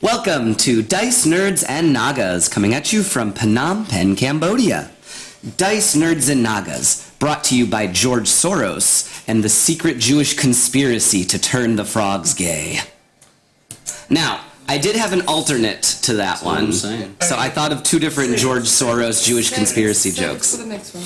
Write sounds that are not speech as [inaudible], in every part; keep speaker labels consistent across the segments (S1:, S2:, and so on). S1: Welcome to Dice Nerds and Nagas, coming at you from Phnom Penh, Cambodia. Dice Nerds and Nagas, brought to you by George Soros and the secret Jewish conspiracy to turn the frogs gay. Now, I did have an alternate to that one. So I thought of two different George Soros Jewish
S2: Save-
S1: conspiracy
S2: save it
S1: jokes.
S2: For the next one.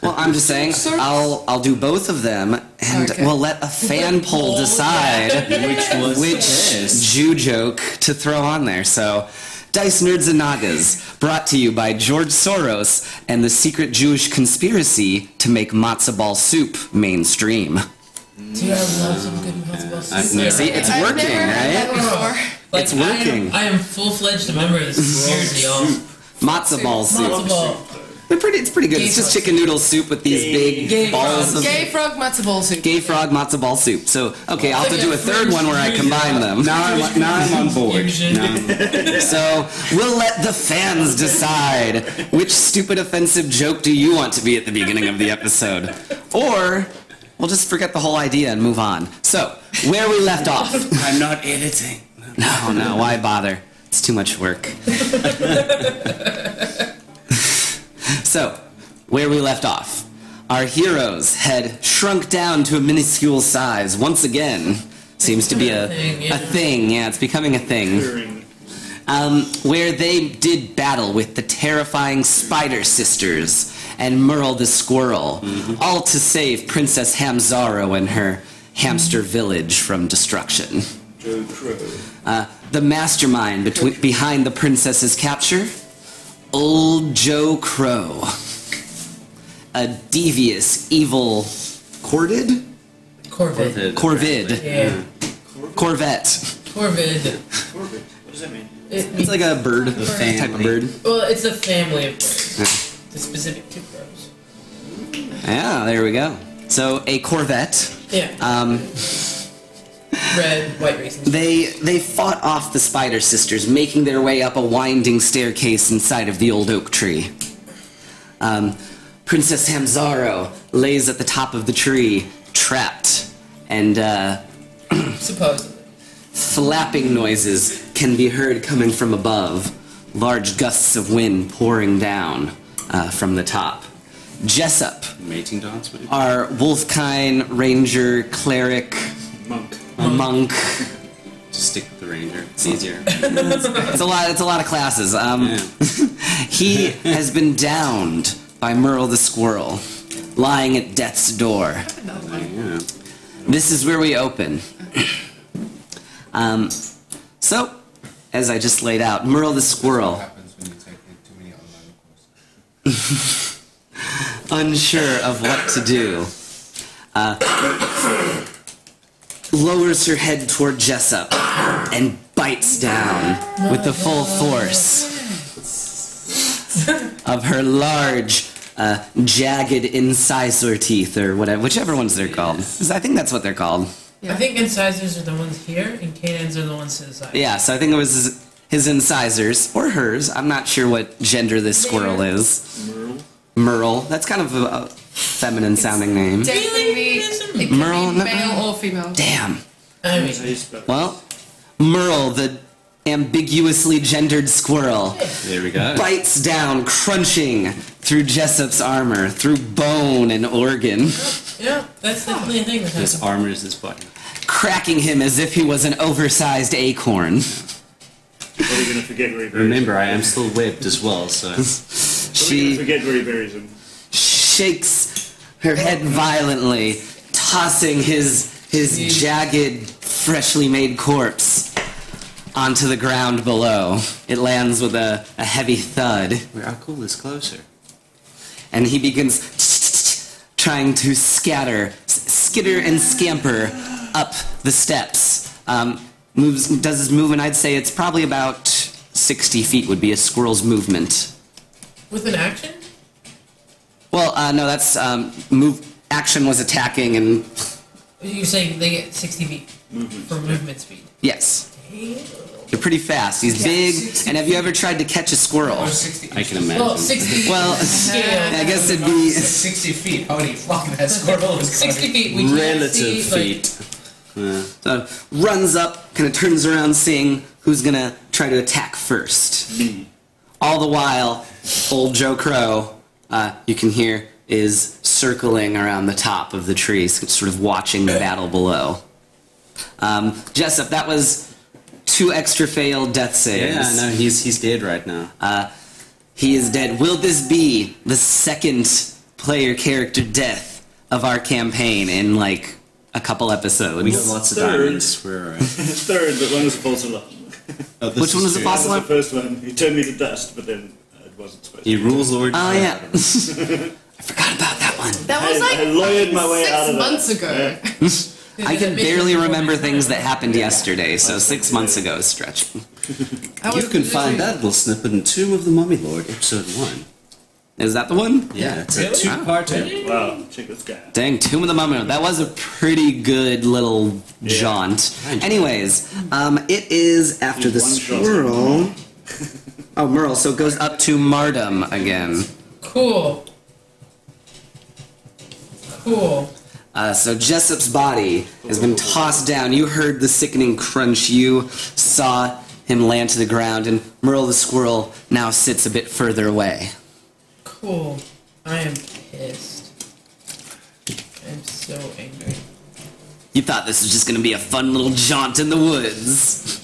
S1: Well, I'm just saying,
S2: Soros?
S1: I'll I'll do both of them, and
S2: Okay.
S1: we'll let a fan poll decide
S3: Which was
S1: which Jew joke to throw on there. So, Dice Nerds and Nagas, brought to you by George Soros and the secret Jewish conspiracy to make matzo ball soup mainstream.
S2: Dude, I love some good Impossible
S3: I've never-
S1: See, it's
S2: I've
S1: working,
S2: never heard that
S1: right?
S2: before.
S4: Like,
S1: It's working.
S4: I am, I am full-fledged a member of the conspiracy, y'all.
S1: Matzo ball soup.
S4: Matzo ball.
S1: They're pretty. It's pretty good. It's just chicken noodle soup with these big
S4: Gay
S1: balls
S4: frogs.
S1: of
S2: Gay frog matzo ball soup.
S1: gay frog matzo ball soup. So, okay, I'll have to do a third one where I combine them.
S3: Now I'm, now I'm on board.
S4: Fusion.
S1: So we'll let the fans decide which stupid offensive joke do you want to be at the beginning of the episode, or we'll just forget the whole idea and move on. So where we left off?
S3: I'm not editing.
S1: No, Oh, no, why bother? It's too much work. [laughs] so where we left off, our heroes had shrunk down to a minuscule size once again. Seems to be a a thing. Yeah, it's becoming a thing um, where they did battle with the terrifying Spider Sisters and Merle the Squirrel, all to save Princess Hamzaro and her hamster village from destruction. Uh, the mastermind betwe- behind the princess's capture, Old Joe Crow, a devious, evil, corded,
S4: Corvid.
S1: corvid,
S4: Yeah.
S1: corvette.
S4: Corvid.
S5: What does that mean?
S4: It
S1: It's
S4: means,
S1: like a bird, type of
S3: family.
S1: bird.
S4: well, it's a family of crows. The specific two crows.
S1: Yeah, there we go. So a corvette.
S4: Yeah.
S1: Um,
S4: Red, white racing.
S1: they they fought off the spider sisters, making their way up a winding staircase inside of the old oak tree. Um, Princess Hamzaro lays at the top of the tree, trapped, and uh, [laughs]
S4: Supposedly.
S1: flapping noises can be heard coming from above. Large gusts of wind pouring down uh, from the top. Jessup,
S3: Mating dance, maybe?
S1: our Wolfkine ranger cleric uh,
S5: Monk.
S1: monk.
S3: Just stick with the ranger. It's easier. [laughs]
S1: It's a lot. It's a lot of classes. Um,
S3: Yeah.
S1: he has been downed by Merle the squirrel, lying at death's door.
S3: yeah.
S1: This is where we open. Um, so, as I just laid out, Merle the squirrel,
S6: happens when you take like, too many online courses.
S1: [laughs] unsure of what to do, uh, lowers her head toward Jessup and bites down with the full force of her large, uh, jagged incisor teeth, or whatever, whichever ones they're called. I think that's what they're called.
S4: I think incisors are the ones here, and canines are the ones to the side.
S1: Yeah, so I think it was his, his incisors or hers. I'm not sure what gender this squirrel is. Merle. That's kind of a, a feminine sounding name.
S2: Definitely, it could be
S1: Merle, no-
S2: male or female.
S1: Damn.
S4: I
S5: How do
S4: mean,
S5: you spell it?
S1: Well, Merle, the ambiguously gendered squirrel,
S3: There we go.
S1: bites down, crunching through Jessup's armor, through bone and organ,
S4: yeah, that's the only thing that happens.
S3: This armor is this button.
S1: cracking him as if he was an oversized acorn.
S5: What are you going to forget where he buries
S3: Remember,
S5: him?
S3: I am still whipped as well, so.
S5: What are you
S1: She
S5: gonna forget where he buries him?
S1: shakes her head violently, tossing his his jagged, freshly made corpse onto the ground below. It lands with a, a heavy thud,
S3: Wait, Our cool is closer.
S1: and he begins [sniffs] trying to scatter, s- skitter and scamper up the steps. Um, moves, does his movement? I'd say it's probably about 60 feet would be a squirrel's movement.
S4: With an action?
S1: Well, uh, no, that's um, move. Action was attacking, and
S4: You're saying they get 60 feet
S1: Mm-hmm.
S4: for movement speed.
S1: yes.
S4: Damn.
S1: They're pretty fast. He's big. And have you ever tried to catch a squirrel?
S3: I can imagine.
S4: Well, 60
S1: Well, [laughs]
S4: Yeah.
S1: I guess it'd be
S6: 60 feet, how many fucking that squirrel is
S4: 60 feet. We can't
S3: Relative
S4: see, like,
S3: feet. Yeah.
S1: uh, runs up, kind of turns around, seeing who's gonna try to attack first. All the while, old Joe Crow, uh, you can hear, is circling around the top of the tree, so- sort of watching the battle below. Um, Jessup, that was two extra failed death saves.
S3: Yeah, no, he's he's dead right now.
S1: He is dead. Will this be the second player character death of our campaign in like a couple episodes?
S3: we got lots of
S5: third.
S3: diamonds. We're
S5: [laughs]
S3: alright.
S5: Third, but one was a false alarm.
S3: Oh, this
S1: Which one
S3: is
S1: was the
S3: good.
S5: That
S1: fossil
S5: was
S1: one?
S5: the first one. He turned me to dust, but then uh, it wasn't supposed
S3: He
S5: to.
S3: rules Lord.
S1: Oh
S3: Zed.
S1: yeah, I forgot about that one.
S2: That was
S5: I-
S2: like
S5: I lawyered my way
S2: six
S5: out of that.
S2: months ago.
S1: I can barely remember things that happened
S2: Yeah.
S1: yesterday, so six months ago is stretching.
S2: That
S3: You
S2: was
S3: can find
S2: literally-
S3: that little snippet in Tomb of the Mummy Lord, episode one.
S1: Is that the one?
S3: Yeah, it's a
S4: Really?
S3: two-parter.
S5: Wow, check this guy out.
S1: Dang, Tomb of the Mummy. That was a pretty good little jaunt. Anyways, um, it is after the
S5: One shot.
S1: swirl. [laughs] Oh, Merle. So it goes up to Mardum again.
S4: Cool. Cool.
S1: Uh, so Jessup's body has been tossed down. You heard the sickening crunch. You saw him land to the ground, and Merle the squirrel now sits a bit further away.
S4: Cool. I am pissed. I'm so angry.
S1: You thought this was just gonna be a fun little jaunt in the woods.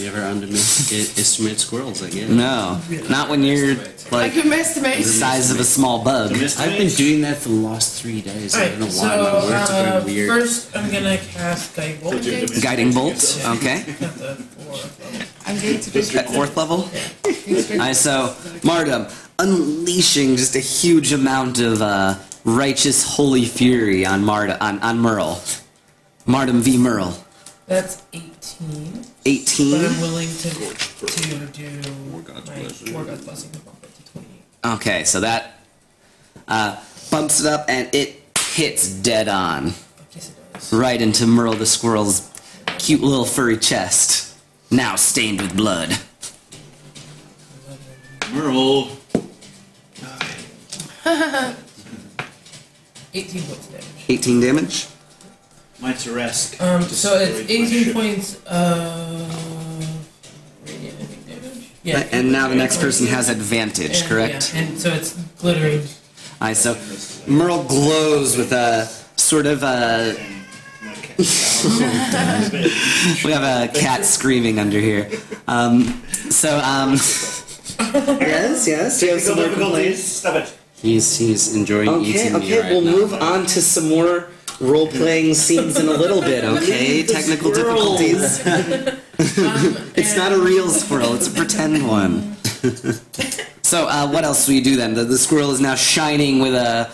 S3: Never underestimate squirrels, I guess.
S1: No, not when you're
S2: I
S1: like
S2: can masturbate.
S1: the [laughs] size of a small bug.
S3: I've been doing that for the last three days. I don't know
S4: Alright,
S3: why.
S4: so
S3: my words are
S4: uh,
S3: very weird.
S4: first I'm gonna cast Divulge.
S5: Did you-
S1: Guiding bolt. Okay,
S4: Not the four.
S2: I'm going to just
S1: at fourth level. [laughs]
S2: restrict
S1: I so Mardum unleashing just a huge amount of uh, righteous holy fury on Marda on, on Merle. Mardum v Merle.
S4: That's 18. But
S1: 18.
S4: I'm willing to to do my War God's blessing to bump it to 28.
S1: Okay, so that uh, bumps it up and it hits dead on
S4: Yes, it does.
S1: right into Merle the squirrel's cute little furry chest, now stained with blood.
S5: Merle.
S4: 18 points of damage.
S1: 18 damage.
S5: My Teresk.
S4: Um, so it's
S5: destroyed my
S4: 18
S5: ship.
S4: points of radiant I think, damage. Yeah.
S1: And now the next person has advantage,
S4: And-
S1: correct?
S4: Yeah, and so it's glittering.
S1: I so Merle glows with a sort of a we have a cat screaming under here. Um, so um, yes, yes. Do you have some more complaints?
S5: Stop it.
S3: He's he's enjoying
S1: Okay,
S3: eating me
S1: okay.
S3: right
S1: We'll
S3: now.
S1: move on to some more role playing scenes in a little bit. [laughs] Okay, technical
S5: squirrel.
S1: difficulties. [laughs] It's not a
S4: And
S1: real squirrel. It's a pretend one. [laughs] so uh, what else will you do then? The, the squirrel is now shining with a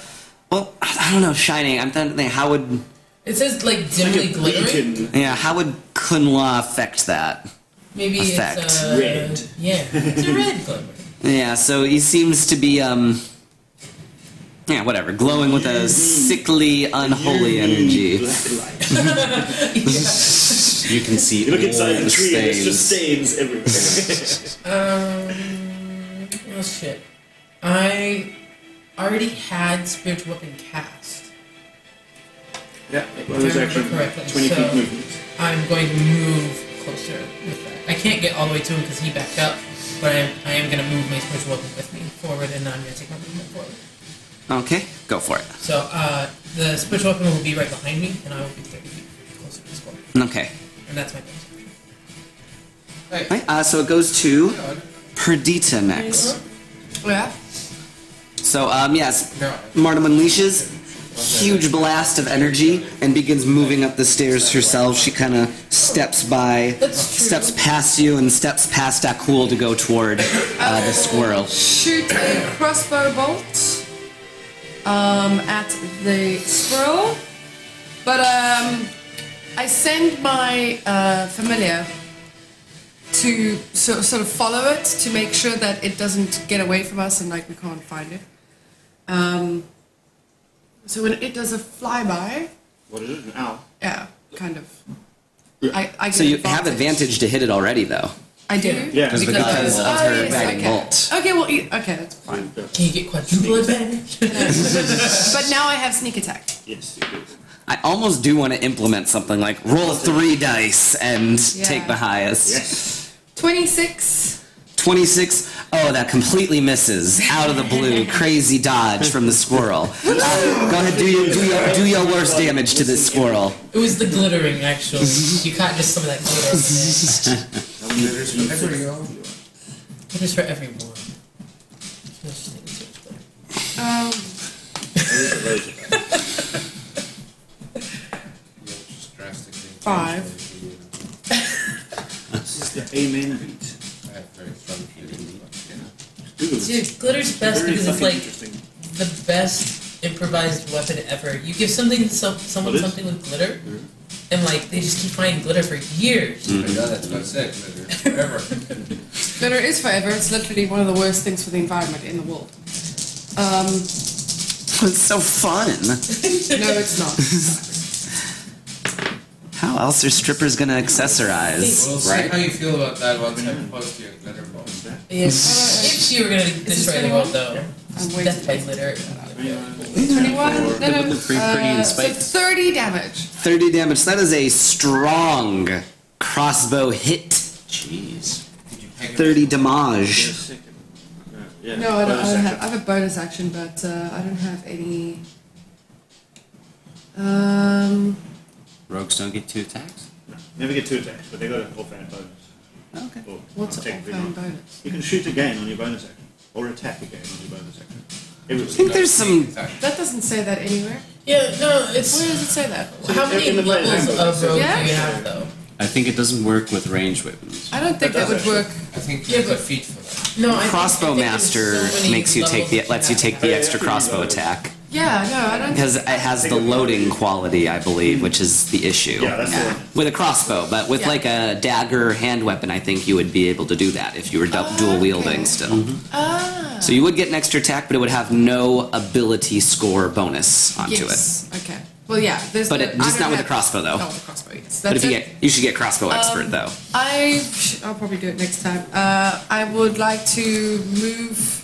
S1: well, I I don't know, shining. I'm thinking how would.
S4: It says like dimly glittering.
S5: Beacon.
S1: Yeah, how would Kunla affect that?
S4: Maybe
S1: effect.
S4: it's uh,
S5: Red.
S4: Yeah, it's a red glitter.
S1: [laughs] Yeah, so he seems to be, um. Yeah, whatever, glowing with a sickly, unholy energy.
S5: Black light.
S3: You can see
S5: You [laughs] look
S3: all
S5: inside the tree and it's
S3: stains.
S5: just stains
S4: [laughs]
S5: everywhere.
S4: Oh shit! I already had spiritual weapon cast.
S5: yeah, well, there's actually
S4: Correctly,
S5: 20 feet
S4: so-
S5: movement.
S4: I'm going to move closer with that. I can't get all the way to him because he backed up, but I am, I am going to move my spiritual weapon with me forward, and then I'm going to take my movement forward.
S1: Okay, go for it.
S4: So uh, the spiritual weapon will be right behind me, and I will be 30 feet closer to the score.
S1: Okay.
S4: And that's my best.
S1: Right, uh, so it goes to Perdita next.
S2: Yeah.
S1: So, um, yes,
S6: No.
S1: Martum unleashes, huge blast of energy, and begins moving up the stairs herself. She kind of steps by,
S4: That's true.
S1: steps past you, and steps past Akul to go toward uh, the squirrel.
S2: Shoot a crossbow bolt um, at the squirrel. But um, I send my uh, familiar to so, sort of follow it to make sure that it doesn't get away from us and like we can't find it. Um, so when it does a flyby,
S5: What is it? An owl.
S2: yeah, kind of. I, I get
S1: So you have advantage to hit it already, though.
S2: I do.
S5: Yeah,
S1: Because
S5: because
S1: because
S4: Oh,
S1: of her
S2: yes,
S1: guiding
S2: okay.
S1: bolt.
S2: Okay, well, e- okay, that's fine.
S4: Can you get quadruple advantage?
S2: But now I have sneak attack.
S5: Yes, it is.
S1: I almost do want to implement something like roll three dice and
S2: Yeah.
S1: take the highest.
S5: Yes.
S2: 26.
S1: 26. Oh, that completely misses. Out of the blue, crazy dodge from the squirrel. Uh, go ahead, do your, do, your, do your worst damage to this squirrel.
S4: [laughs] It was the glittering, actually. you caught just some of that glitter. in
S6: There's whatever you own.
S4: there. It is for everyone. No such thing as such glitter.
S2: Um,
S6: You know, just drastically change
S2: Five.
S6: the way you, you
S5: This is the amen beat.
S6: know, I have very strong feelings. about it.
S5: Dude,
S4: Dude, glitter's best
S5: very
S4: because it's like
S5: fucking interesting.
S4: the best improvised weapon ever. You give something some, someone
S5: What is-
S4: something with glitter, and like they just keep finding glitter for years.
S5: Mm.
S6: I know that's what I said, but forever.
S2: glitter is forever. It's literally one of the worst things for the environment in the world. Um,
S1: It's so fun.
S2: no, it's not.
S1: [laughs] How else are strippers gonna accessorize?
S6: We'll see
S1: Right?
S6: how you feel about that once I post your glitter box.
S4: If she were gonna
S2: this
S4: destroy the
S2: gonna
S4: world,
S2: work?
S4: though,
S2: I'm waiting.
S4: death by glitter.
S5: Or-
S2: 21. No, no.
S3: With the pretty- pretty
S2: uh,
S3: and
S2: so
S3: spiked.
S2: 30 damage.
S1: 30 damage. That is a strong crossbow hit.
S3: Jeez.
S6: Did you peg it?
S1: 30 damage.
S5: Second. Yeah,
S2: No, I don't, I don't
S5: bonus
S2: have. I
S5: action.
S2: have a bonus action, but uh, I don't have any. Um,
S3: Rogues don't get two attacks?
S5: Never get two attacks, but they got an offhand bonus.
S1: Okay.
S5: Or
S2: what's
S5: I'll
S2: an
S5: take the big one.
S2: offhand bonus?
S5: You can shoot again on your bonus action, or attack again on your bonus action.
S1: I
S2: [laughs]
S5: Everything.
S1: think there's some.
S2: That doesn't say that anywhere.
S4: Yeah, no,
S2: Where
S4: it's
S2: does it say that?
S4: how
S5: in-
S4: many
S5: in the play
S4: levels
S5: language,
S4: of
S5: so-
S4: rogue do you
S2: Yeah.
S4: have though?
S3: I think it doesn't work with ranged weapons.
S2: I don't think that,
S5: That
S2: would
S5: does
S2: work.
S6: I think
S4: Yeah,
S6: you have a
S4: but-
S6: feat for that.
S4: No, I think- I
S1: Crossbow
S4: think there's
S1: master
S4: so many
S1: makes you take
S4: levels
S1: the
S4: that
S1: lets you take the
S5: Yeah,
S1: extra
S5: yeah,
S1: crossbow
S5: yeah.
S1: attack
S2: Yeah, no, I don't.
S1: because it has the loading quality, I believe, which is the issue.
S5: Yeah, that's the one.
S1: With a crossbow, but with
S2: Yeah.
S1: like a dagger hand weapon, I think you would be able to do that if you were du- dual wielding
S2: Oh, Okay.
S1: still.
S2: ah.
S1: So you would get an extra attack, but it would have no ability score bonus onto it.
S2: yes. Okay. Well, yeah. There's
S1: But
S2: no,
S1: it-
S2: I
S1: just not
S2: don't
S1: with
S2: have-
S1: the crossbow, though.
S2: Not with the crossbow. Yes. That's
S1: But if you
S2: it.
S1: get, you should get crossbow expert
S2: Um,
S1: though.
S2: I I'll probably do it next time. Uh, I would like to move.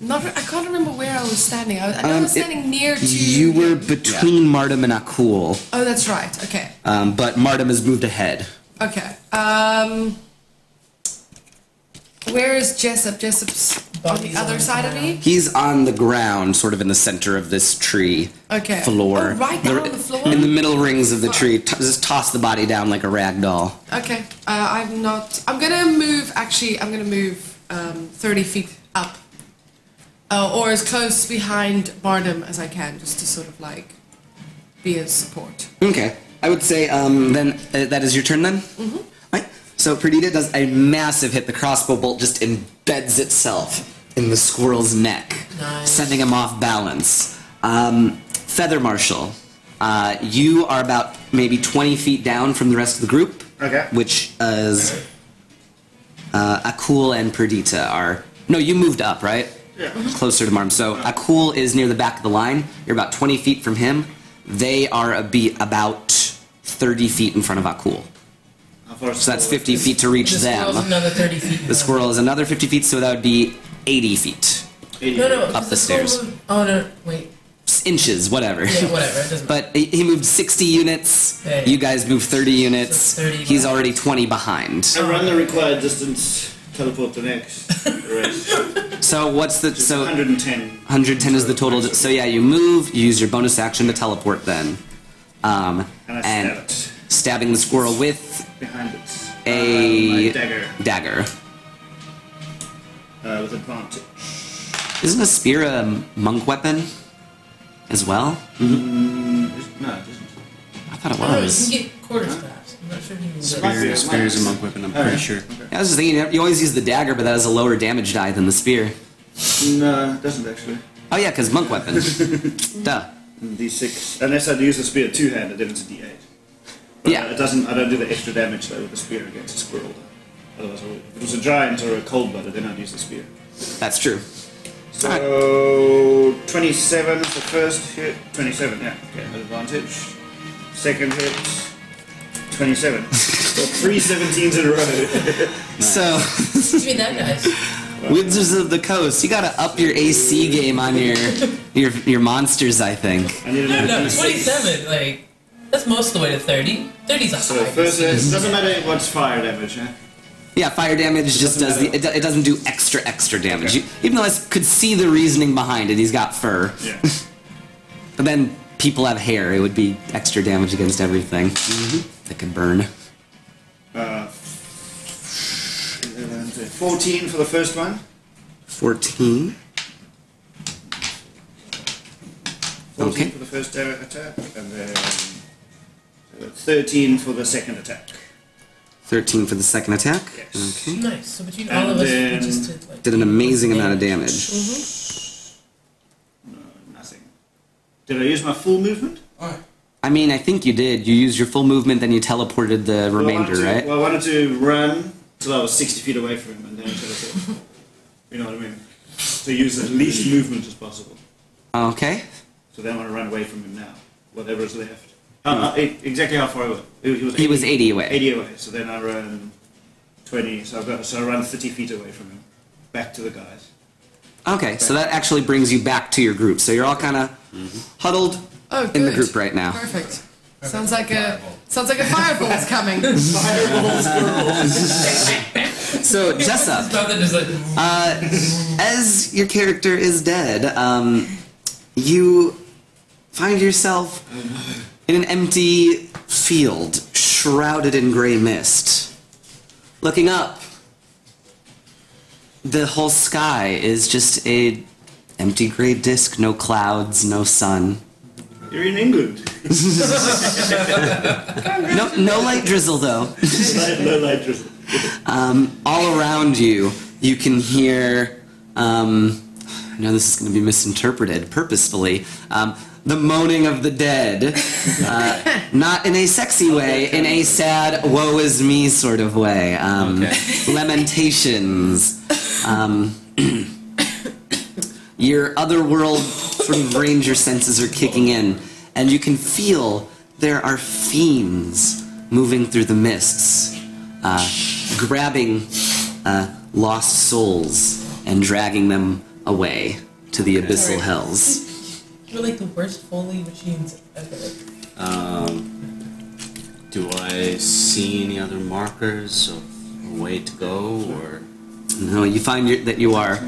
S2: Not I can't remember where I was standing. I, I know I
S1: Um,
S2: was
S1: it-
S2: standing near to.
S1: You were between Martum and Akul,
S2: Oh, that's right. Okay.
S1: um, but Martum has moved ahead.
S2: Okay. Um, where is Jessup? Jessup's on the
S4: Bodies
S2: other
S4: on
S2: side of me.
S1: He's on the ground, sort of in the center of this tree
S2: Okay.
S1: floor.
S2: Oh, right down on the floor?
S1: In the middle rings of the tree. T- just toss the body down like a rag doll.
S2: Okay. Uh, I'm not. I'm gonna move. Actually, I'm gonna move um, 30 feet up, uh, or as close behind Barnum as I can, just to sort of like be as support.
S1: Okay. I would say um, then uh, that is your turn then? Mm-hmm. Right. So Perdita does a massive hit. The crossbow bolt just embeds itself in the squirrel's neck,
S4: Nice.
S1: sending him off balance. Um, Feather Marshal, uh, you are about maybe 20 feet down from the rest of the group.
S5: Okay.
S1: Which is uh, Akul and Perdita are. No, you moved up, right?
S5: Yeah.
S1: Closer to Marm. So Akul is near the back of the line. You're about 20 feet from him. They are a be about 30 feet in front of Akul.
S5: How far
S1: So that's 50 feet to reach
S4: The squirrel's
S1: them.
S4: another thirty feet.
S1: The squirrel is another 50 feet, so that would be 80 feet.
S4: No, no, 'cause
S1: Up the
S4: squirrel
S1: stairs.
S4: moved- Oh no, wait.
S1: S- Inches, whatever.
S4: Yeah, whatever. It doesn't matter.
S1: [laughs] But he he moved 60 units.
S4: Yeah, yeah.
S1: You guys moved 30 units.
S4: So 30
S1: He's
S4: behind.
S1: already 20 behind.
S5: I run the required distance, teleport the next. The rest.
S1: So what's the
S4: [laughs]
S1: so
S5: 110.
S1: 110 is the total. di- So yeah, you move. You use your bonus action to teleport then, um,
S5: And I stab it.
S1: stabbing the squirrel with
S5: Behind it.
S1: A-
S5: Uh, my dagger.
S1: dagger.
S5: Uh, with advantage.
S1: Isn't a spear a monk weapon as well?
S5: No, it isn't.
S1: I thought it
S4: Oh, no, you can
S1: was.
S4: get quarter staffs. I'm not sure if you can get
S5: Spear.
S3: Spear, spear is a monk weapon, I'm pretty sure.
S1: I was just thinking. You always use the dagger, but that has a lower damage die than the spear.
S5: No, it doesn't actually.
S1: Oh yeah, because monk weapon. Duh.
S5: D6. Unless I'd use the spear two handed, then it's a D8. But
S1: Yeah.
S5: It doesn't. I don't do the extra damage though with the spear against a squirrel. Though. Otherwise, I would, if it was a giant or a cold blooded, then I'd use the spear.
S1: That's true.
S5: So 27 is the first hit. 27, yeah. Okay, advantage. Second hit. 27. so three 17s in a row.
S1: So,
S4: Give me that,
S1: [laughs]
S4: guys.
S1: Wizards of the Coast, you gotta up your AC game on your your your monsters. I think.
S5: I need
S4: No,
S5: another
S4: no,
S5: 26.
S4: 27, like, that's most of the way to 30. 30's a
S5: So
S4: high.
S5: first, it doesn't matter what's fire damage, huh?
S1: Yeah, fire damage just does the. It, do- it doesn't do extra extra damage. You- even though I s- could see the reasoning behind it, he's got fur.
S5: Yeah.
S1: But then people have hair. It would be extra damage against everything
S5: Mm-hmm.
S1: that could burn.
S5: Uh, 11, 14 for the first one.
S1: Fourteen.
S5: 14
S1: Okay.
S5: for the first uh, attack, and then uh, 13 for the second attack.
S1: Thirteen for the second attack.
S5: Yes.
S1: Okay.
S4: Nice. So between all
S5: And
S4: of us, we
S5: then-
S4: just did like.
S1: Did an amazing amount of damage.
S5: Mm-hmm. Nothing. Did I use my full movement?
S6: Oh,
S1: I mean, I think you did. You used your full movement, then you teleported the
S5: Well, I
S1: remainder,
S5: wanted to,
S1: right?
S5: Well, I wanted to run till I was 60 feet away from him and then teleport. you know what I mean? To use as least movement as possible.
S1: okay.
S5: So then I want to run away from him now, whatever is left. Uh, uh, e- exactly how far away? He was
S1: He was 80 away.
S5: 80 away. So then I run 20, so, I've got, so I run 30 feet away from him, back to the guys.
S1: Okay, so that actually brings you back to your group. So you're all kind of
S5: Mm-hmm.
S1: huddled
S2: Oh,
S1: in the
S2: good.
S1: group right now.
S2: Perfect. Sounds like a sounds like a fireball's
S1: [laughs]
S2: coming.
S1: So Jessa,
S4: Nothing is like.
S1: as your character is dead, um, you find yourself in an empty field, shrouded in gray mist. Looking up, the whole sky is just a empty gray disk. No clouds, no sun.
S5: You're in [laughs] England.
S1: No, no light drizzle though.
S5: no light drizzle.
S1: all around you, you can hear. Um, I know this is going to be misinterpreted purposefully. Um, the moaning of the dead, uh, not in a sexy way, in a sad "woe is me" sort of way. Um, [laughs] Lamentations. Um, [clears throat] your otherworld sort of ranger senses are kicking in, and you can feel there are fiends moving through the mists uh, grabbing uh, lost souls and dragging them away to the abyssal hells.
S4: We're like the worst Foley machines ever.
S3: Do I see any other markers of a way to go, or
S1: No, you find your, that you are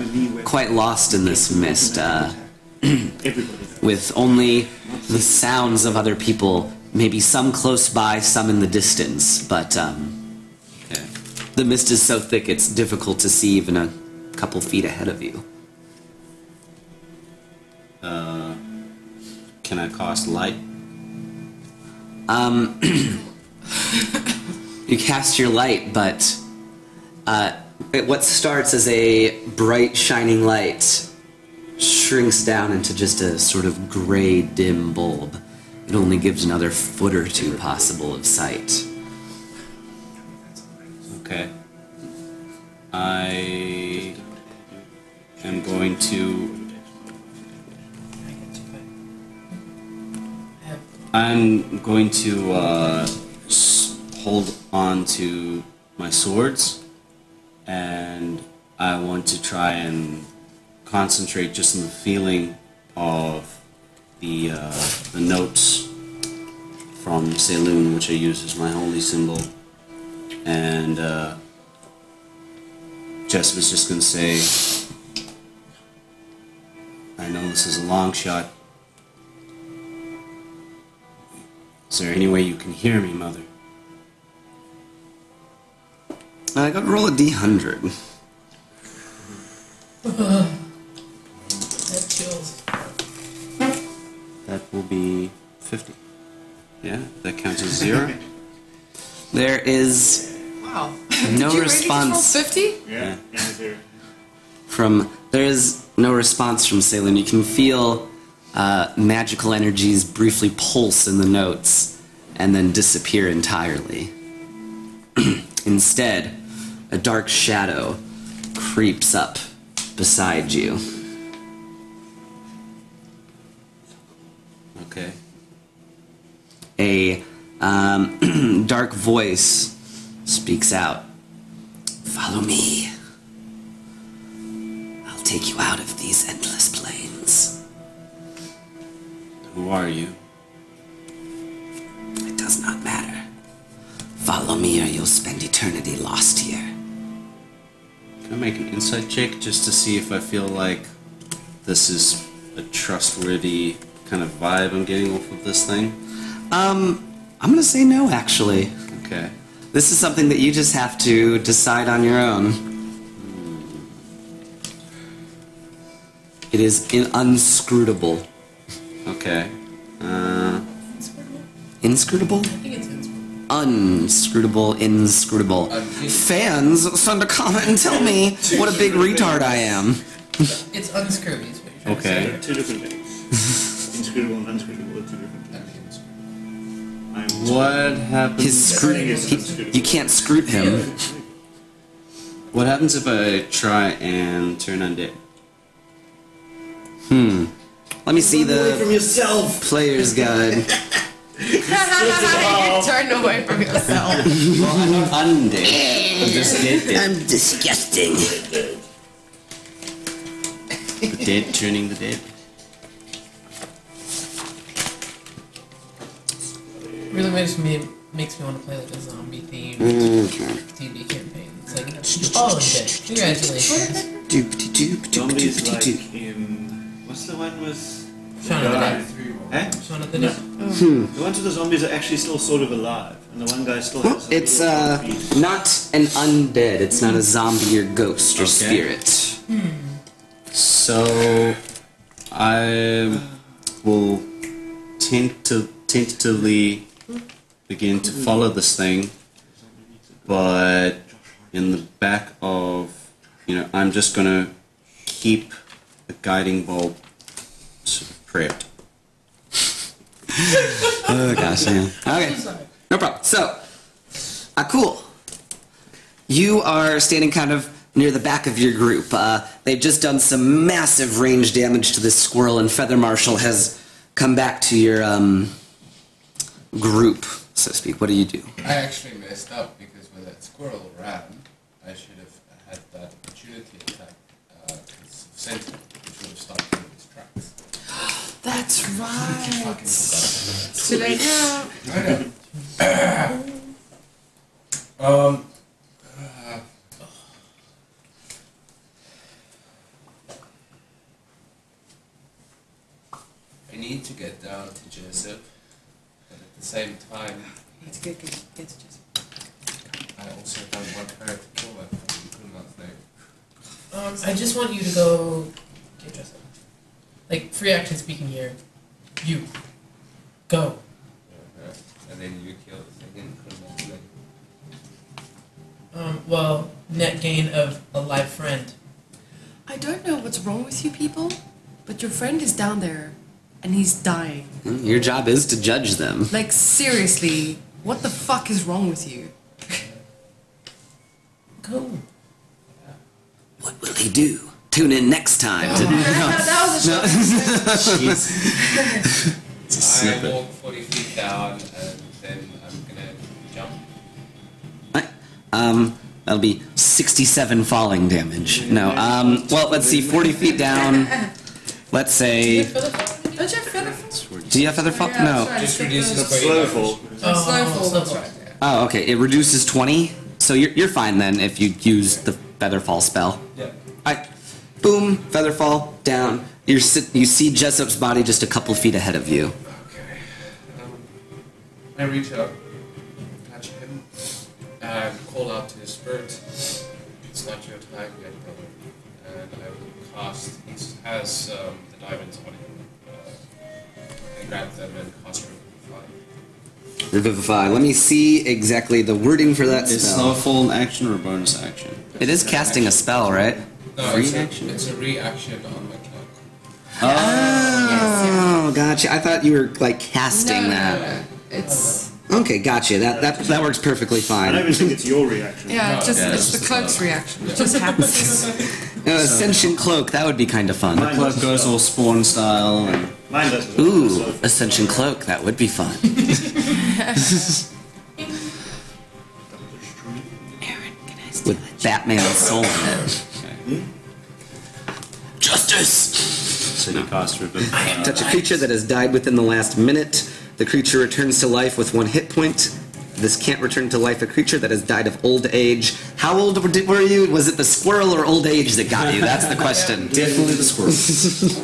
S1: quite lost in this mist, uh,
S5: Everybody.
S1: with only the sounds of other people, maybe some close by, some in the distance. But um,
S3: okay.
S1: the mist is so thick it's difficult to see even a couple feet ahead of you.
S3: can I cast light?
S1: You cast your light, but uh, it- what starts as a bright, shining light shrinks down into just a sort of gray, dim bulb. It only gives another foot or two possible of sight.
S3: Okay. I am going to.
S4: I got you, fine. I have
S3: I'm going to uh, s- hold on to my swords, and I want to try and concentrate just on the feeling of the uh, the notes from Saloon, which I use as my holy symbol, and uh, Jess was just gonna say. I know this is a long shot, Is there any way you can hear me, Mother?
S1: I got to roll a d100.
S4: I have chills.
S3: That will be 50. Yeah, that counts [laughs] as zero.
S1: There is
S2: Wow.
S1: no
S2: Did you
S1: response
S2: Fifty.
S5: Yeah. yeah. yeah.
S1: from. There is no response from Salem. You can feel uh, magical energies briefly pulse in the notes and then disappear entirely. [clears throat] Instead, a dark shadow creeps up beside you.
S3: Okay.
S1: A um, [clears throat] dark voice speaks out Follow me. I'll take you out of these endless plains.
S3: Who are you?
S1: It does not matter. Follow me or you'll spend eternity lost here.
S3: Can I make an insight check just to see if I feel like this is a trustworthy kind of vibe I'm getting off of this thing?
S1: I'm gonna say no, actually.
S3: Okay.
S1: This is something that you just have to decide on your own. It is in- unscrutable.
S3: Okay. Uh,
S1: Inscrutable?
S4: I think it's Innsbruck.
S1: Unscrutable, inscrutable. Fans, send a comment and tell me what a big retard I am.
S4: It's unscurvy, is what you're trying
S3: okay.
S5: They're two different
S1: [laughs]
S5: things. Inscrutable and unscrutable are two different things. I'm
S3: What happens?
S1: His scrut.
S5: Yes,
S1: he- you can't scrut him.
S3: What happens if I try and turn undead?
S1: Let me see the
S5: yourself!
S1: player's guide.
S2: [laughs] Turn away from yourself.
S1: Undead.
S3: I'm just dead. dead.
S1: I'm disgusting.
S3: The dead turning the dead.
S4: to do. Really makes me makes me want to play like a zombie themed DB campaign. It's like oh shit! Congratulations,
S1: Doop de doop doop
S5: Zombies
S1: doop
S5: like
S1: doop.
S5: in... What's the one with...
S4: Shaun of the Dead.
S5: Eh?
S4: Shaun of the Dead.
S5: The ones with the zombies are actually still sort of alive, and the one guy still has... a
S1: It's
S5: little
S1: uh
S5: heartbeat.
S1: not an undead. It's not a zombie or ghost or
S3: Okay.
S1: spirit.
S3: So I will tenta- tentatively begin to follow this thing, but in the back of you know, I'm just gonna keep the guiding bulb sort of prepped.
S1: Oh gosh, yeah. Okay, no problem. So, ah, cool. You are standing kind of near the back of your group. Uh, they've just done some massive range damage to this squirrel, and Feather Marshal has come back to your um, group, so to speak. What do you do?
S6: I actually messed up because when that squirrel ran, I should have had that opportunity attack uh, Sentinel, which would have stopped him in his tracks.
S2: That's right.
S6: Fucking forgot.
S2: Too late now.
S6: I know. um. uh, I need to get down to Jessup, but at the same time,
S2: Let's get, get, get to Jess.
S6: I also don't want her to kill her fucking Kunal's name.
S4: Um, I just want you to go get dressed up. Like free action speaking here, you go.
S6: Yeah, yeah. And then you kill the second Kunal's name.
S4: Um, well, net gain of a live friend.
S2: I don't know what's wrong with you people, but your friend is down there and he's dying.
S1: Your job is to judge them.
S2: Like, seriously, what the fuck is wrong with you? [laughs]
S4: Go.
S1: [laughs] What will he do? Tune in next time. To-
S2: that was a shot.
S3: Jeez. It's a
S6: I
S3: snippet.
S6: walk 40 feet down and then I'm gonna jump.
S1: Um, that'll be 67 falling damage. No, um, well, let's see, 40 feet down. Let's say.
S2: [laughs]
S4: Oh,
S2: Don't you have feather fall?
S3: It's where you-
S1: Do you have feather fall? No.
S6: Just reduces
S5: It's slow fall.
S2: Oh, Slowful,
S4: slow
S2: that's
S4: fall.
S2: right.
S1: Oh, okay. It reduces 20. So you're, you're fine then if you use the feather fall spell.
S6: Yeah.
S1: I, boom, feather fall down. You're sit, you see Jessup's body just a couple feet ahead of you.
S6: Okay. Um, I reach up, touch him, and call out to his spirit. It's not your time yet, brother. And I will cast. He has um, the diamonds on him. Uh, I grab them and cast Revivify.
S1: Revivify. Let me see exactly the wording for that
S3: Is
S1: spell.
S3: Snowfall an action or a bonus action?
S1: It is casting a spell, right?
S6: No, it's
S3: Reaction?
S6: a, it's a reaction on my clock.
S1: Oh, gotcha. I thought you were like casting
S2: No, no,
S1: that.
S2: no, no. It's
S1: Okay, gotcha. That that that works perfectly
S5: I don't
S1: fine. Uh,
S5: even think it's your reaction.
S2: yeah,
S6: No,
S2: just
S3: yeah, it's
S2: it's the
S3: just
S2: cloak's
S3: not-
S2: reaction. It just happens.
S1: Uh, Ascension cloak. That would be kind of fun.
S5: Mine
S3: Club
S5: does
S3: goes all spawn style and
S5: Mine doesn't.
S1: Ooh,
S5: Slow fall.
S1: ascension cloak. That would be fun. With Batman soul in it. Justice.
S3: so you cast Revivify.
S1: Touch a creature that has died within the last minute. The creature returns to life with one hit point. This can't return to life a creature that has died of old age. How old were were you? Was it the squirrel or old age that got you? That's the question.
S3: Definitely the squirrel. Jessup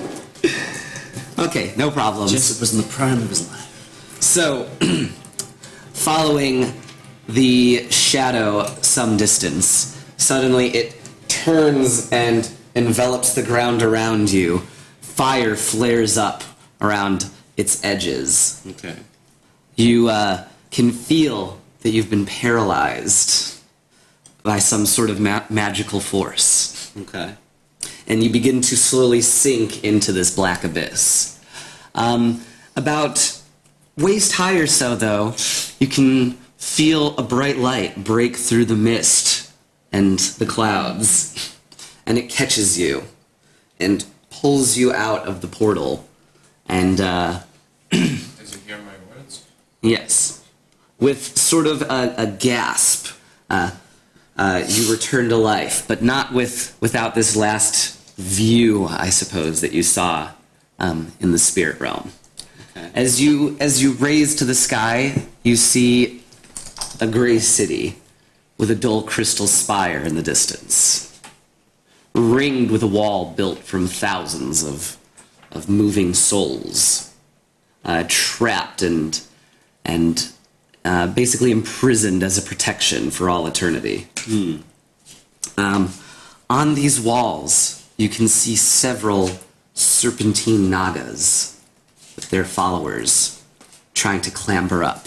S1: Okay, no problems.
S3: was in the prime of his life.
S1: So, [clears throat] following the shadow some distance, suddenly it turns and envelops the ground around you. Fire flares up around its edges.
S3: Okay.
S1: You uh, can feel that you've been paralyzed by some sort of ma- magical force
S3: Okay.
S1: and you begin to slowly sink into this black abyss. Um, about waist high or so, though, you can feel a bright light break through the mist and the clouds, and it catches you and pulls you out of the portal. And uh,
S6: Does he hear my words?
S1: yes, with sort of a, a gasp, uh, uh, you return to life, but not with without this last view, I suppose, that you saw um, in the spirit realm. As you as you raise to the sky, you see a gray city with a dull crystal spire in the distance, ringed with a wall built from thousands of of moving souls, uh, trapped and and uh, basically imprisoned as a protection for all eternity. Um, on these walls, you can see several serpentine nagas with their followers trying to clamber up,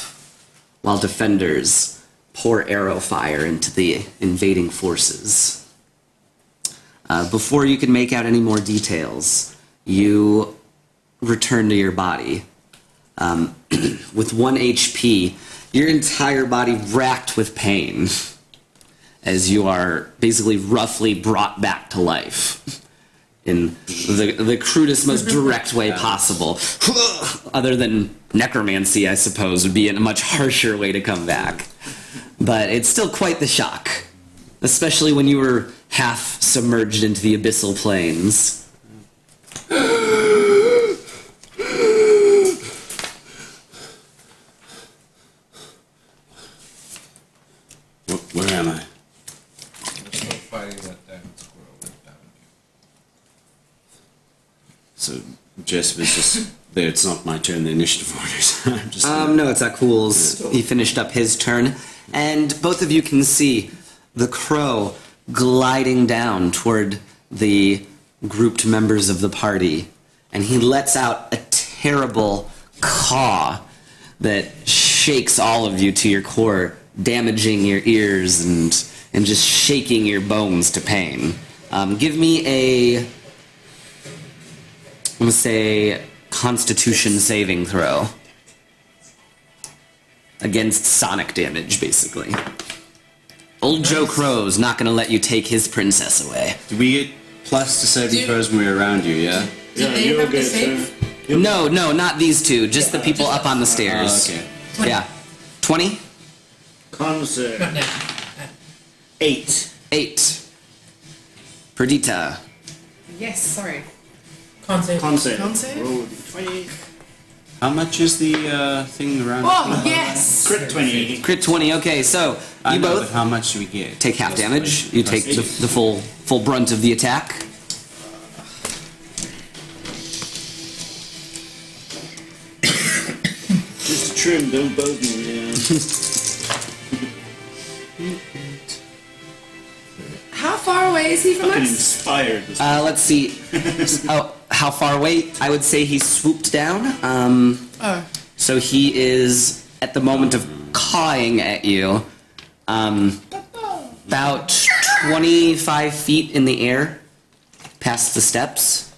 S1: while defenders pour arrow fire into the invading forces. Uh, before you can make out any more details, you return to your body with one HP, your entire body racked with pain as you are basically roughly brought back to life in the, the crudest, most direct way possible. [sighs] Other than necromancy, I suppose, would be a much harsher way to come back. But it's still quite the shock, especially when you were half submerged into the abyssal plains.
S3: Where, where am I?
S6: There's no fighting that damn squirrel with down you.
S3: So Jessup is just there. It's not my turn. The initiative orders. [laughs] I'm just.
S1: Um, no, it's Akul's. He finished up his turn. And both of you can see the crow gliding down toward the grouped members of the party. And he lets out a terrible caw that shakes all of you to your core, damaging your ears and, and just shaking your bones to pain. Um, give me a, I'm gonna say, constitution saving throw against sonic damage, basically. Old Joe Crow's not gonna let you take his princess away.
S3: Do we get plus to saving
S4: Do-
S3: throws when we're around you? Yeah.
S4: Do they
S5: you're
S4: have to
S5: good,
S4: save?
S5: sir.
S1: No, no, not these two. Just the people up on the
S3: Oh,
S1: stairs.
S3: okay.
S1: Yeah, twenty
S5: Concert.
S4: Not now.
S5: Eight.
S1: eight. Perdita.
S2: [laughs] Yes, sorry.
S4: Con save.
S5: Concert.
S2: Concert?
S5: Roll the 20.
S3: How much is the uh, thing around?
S2: Oh, yes!
S5: Crit 20.
S1: Crit twenty. Okay, so
S3: I
S1: you
S3: know,
S1: both
S3: But how much do we get?
S1: take half
S3: Plus
S1: damage.
S3: three,
S1: You
S3: plus
S1: take the,
S3: eight.
S1: the full full brunt of the attack.
S5: Just a trim, don't bug me. Yeah.
S2: How far away is he from
S5: Fucking
S2: us?
S5: inspired. This
S1: Uh, let's
S3: [laughs]
S1: see. oh, how far away? I would say he swooped down. Um,
S2: Oh.
S1: So he is at the moment of cawing at you, um, about 25 feet in the air, past the steps.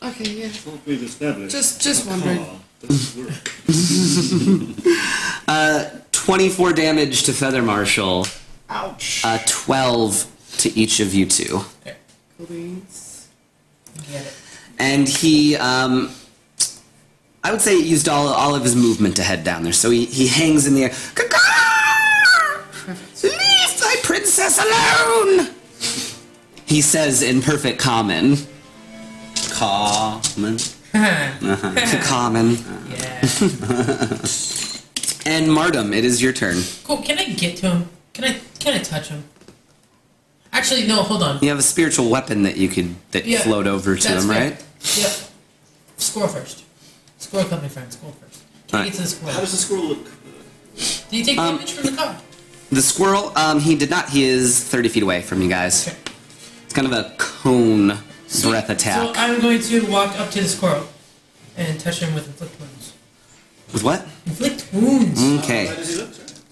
S2: Oh, Okay, yeah.
S5: can't be established.
S2: Just just wondering.
S5: Oh, doesn't work.
S1: 24 damage to Feather Marshal,
S5: Ouch.
S1: uh, 12 to each of you two.
S2: Please.
S4: Get it.
S1: and he um, i would say he used all, all of his movement to head down there so he, he hangs in the air leave thy princess alone he says in perfect common
S4: [laughs]
S3: Common.
S1: common
S4: Yeah.
S1: And Mardum, it is your turn.
S4: Cool. Can I get to him? Can I? Can I touch him? Actually, no. Hold on.
S1: You have a spiritual weapon that you could that
S4: Yeah,
S1: float over to
S4: that's
S1: him,
S4: fair.
S1: right?
S4: Yep. Score first. Score company friend. Score first. Can I
S1: Alright.
S4: get to the score?
S5: How does the squirrel look?
S4: Did he take
S1: Um,
S4: damage from the car?
S1: The squirrel, um, he did not. He is 30 feet away from you guys.
S4: Okay.
S1: It's kind of a cone breath
S4: So
S1: attack.
S4: I'm going to walk up to the squirrel and touch him with inflict wounds.
S1: With what?
S4: Inflict wounds.
S5: How
S1: Okay.
S5: does he look? Sorry.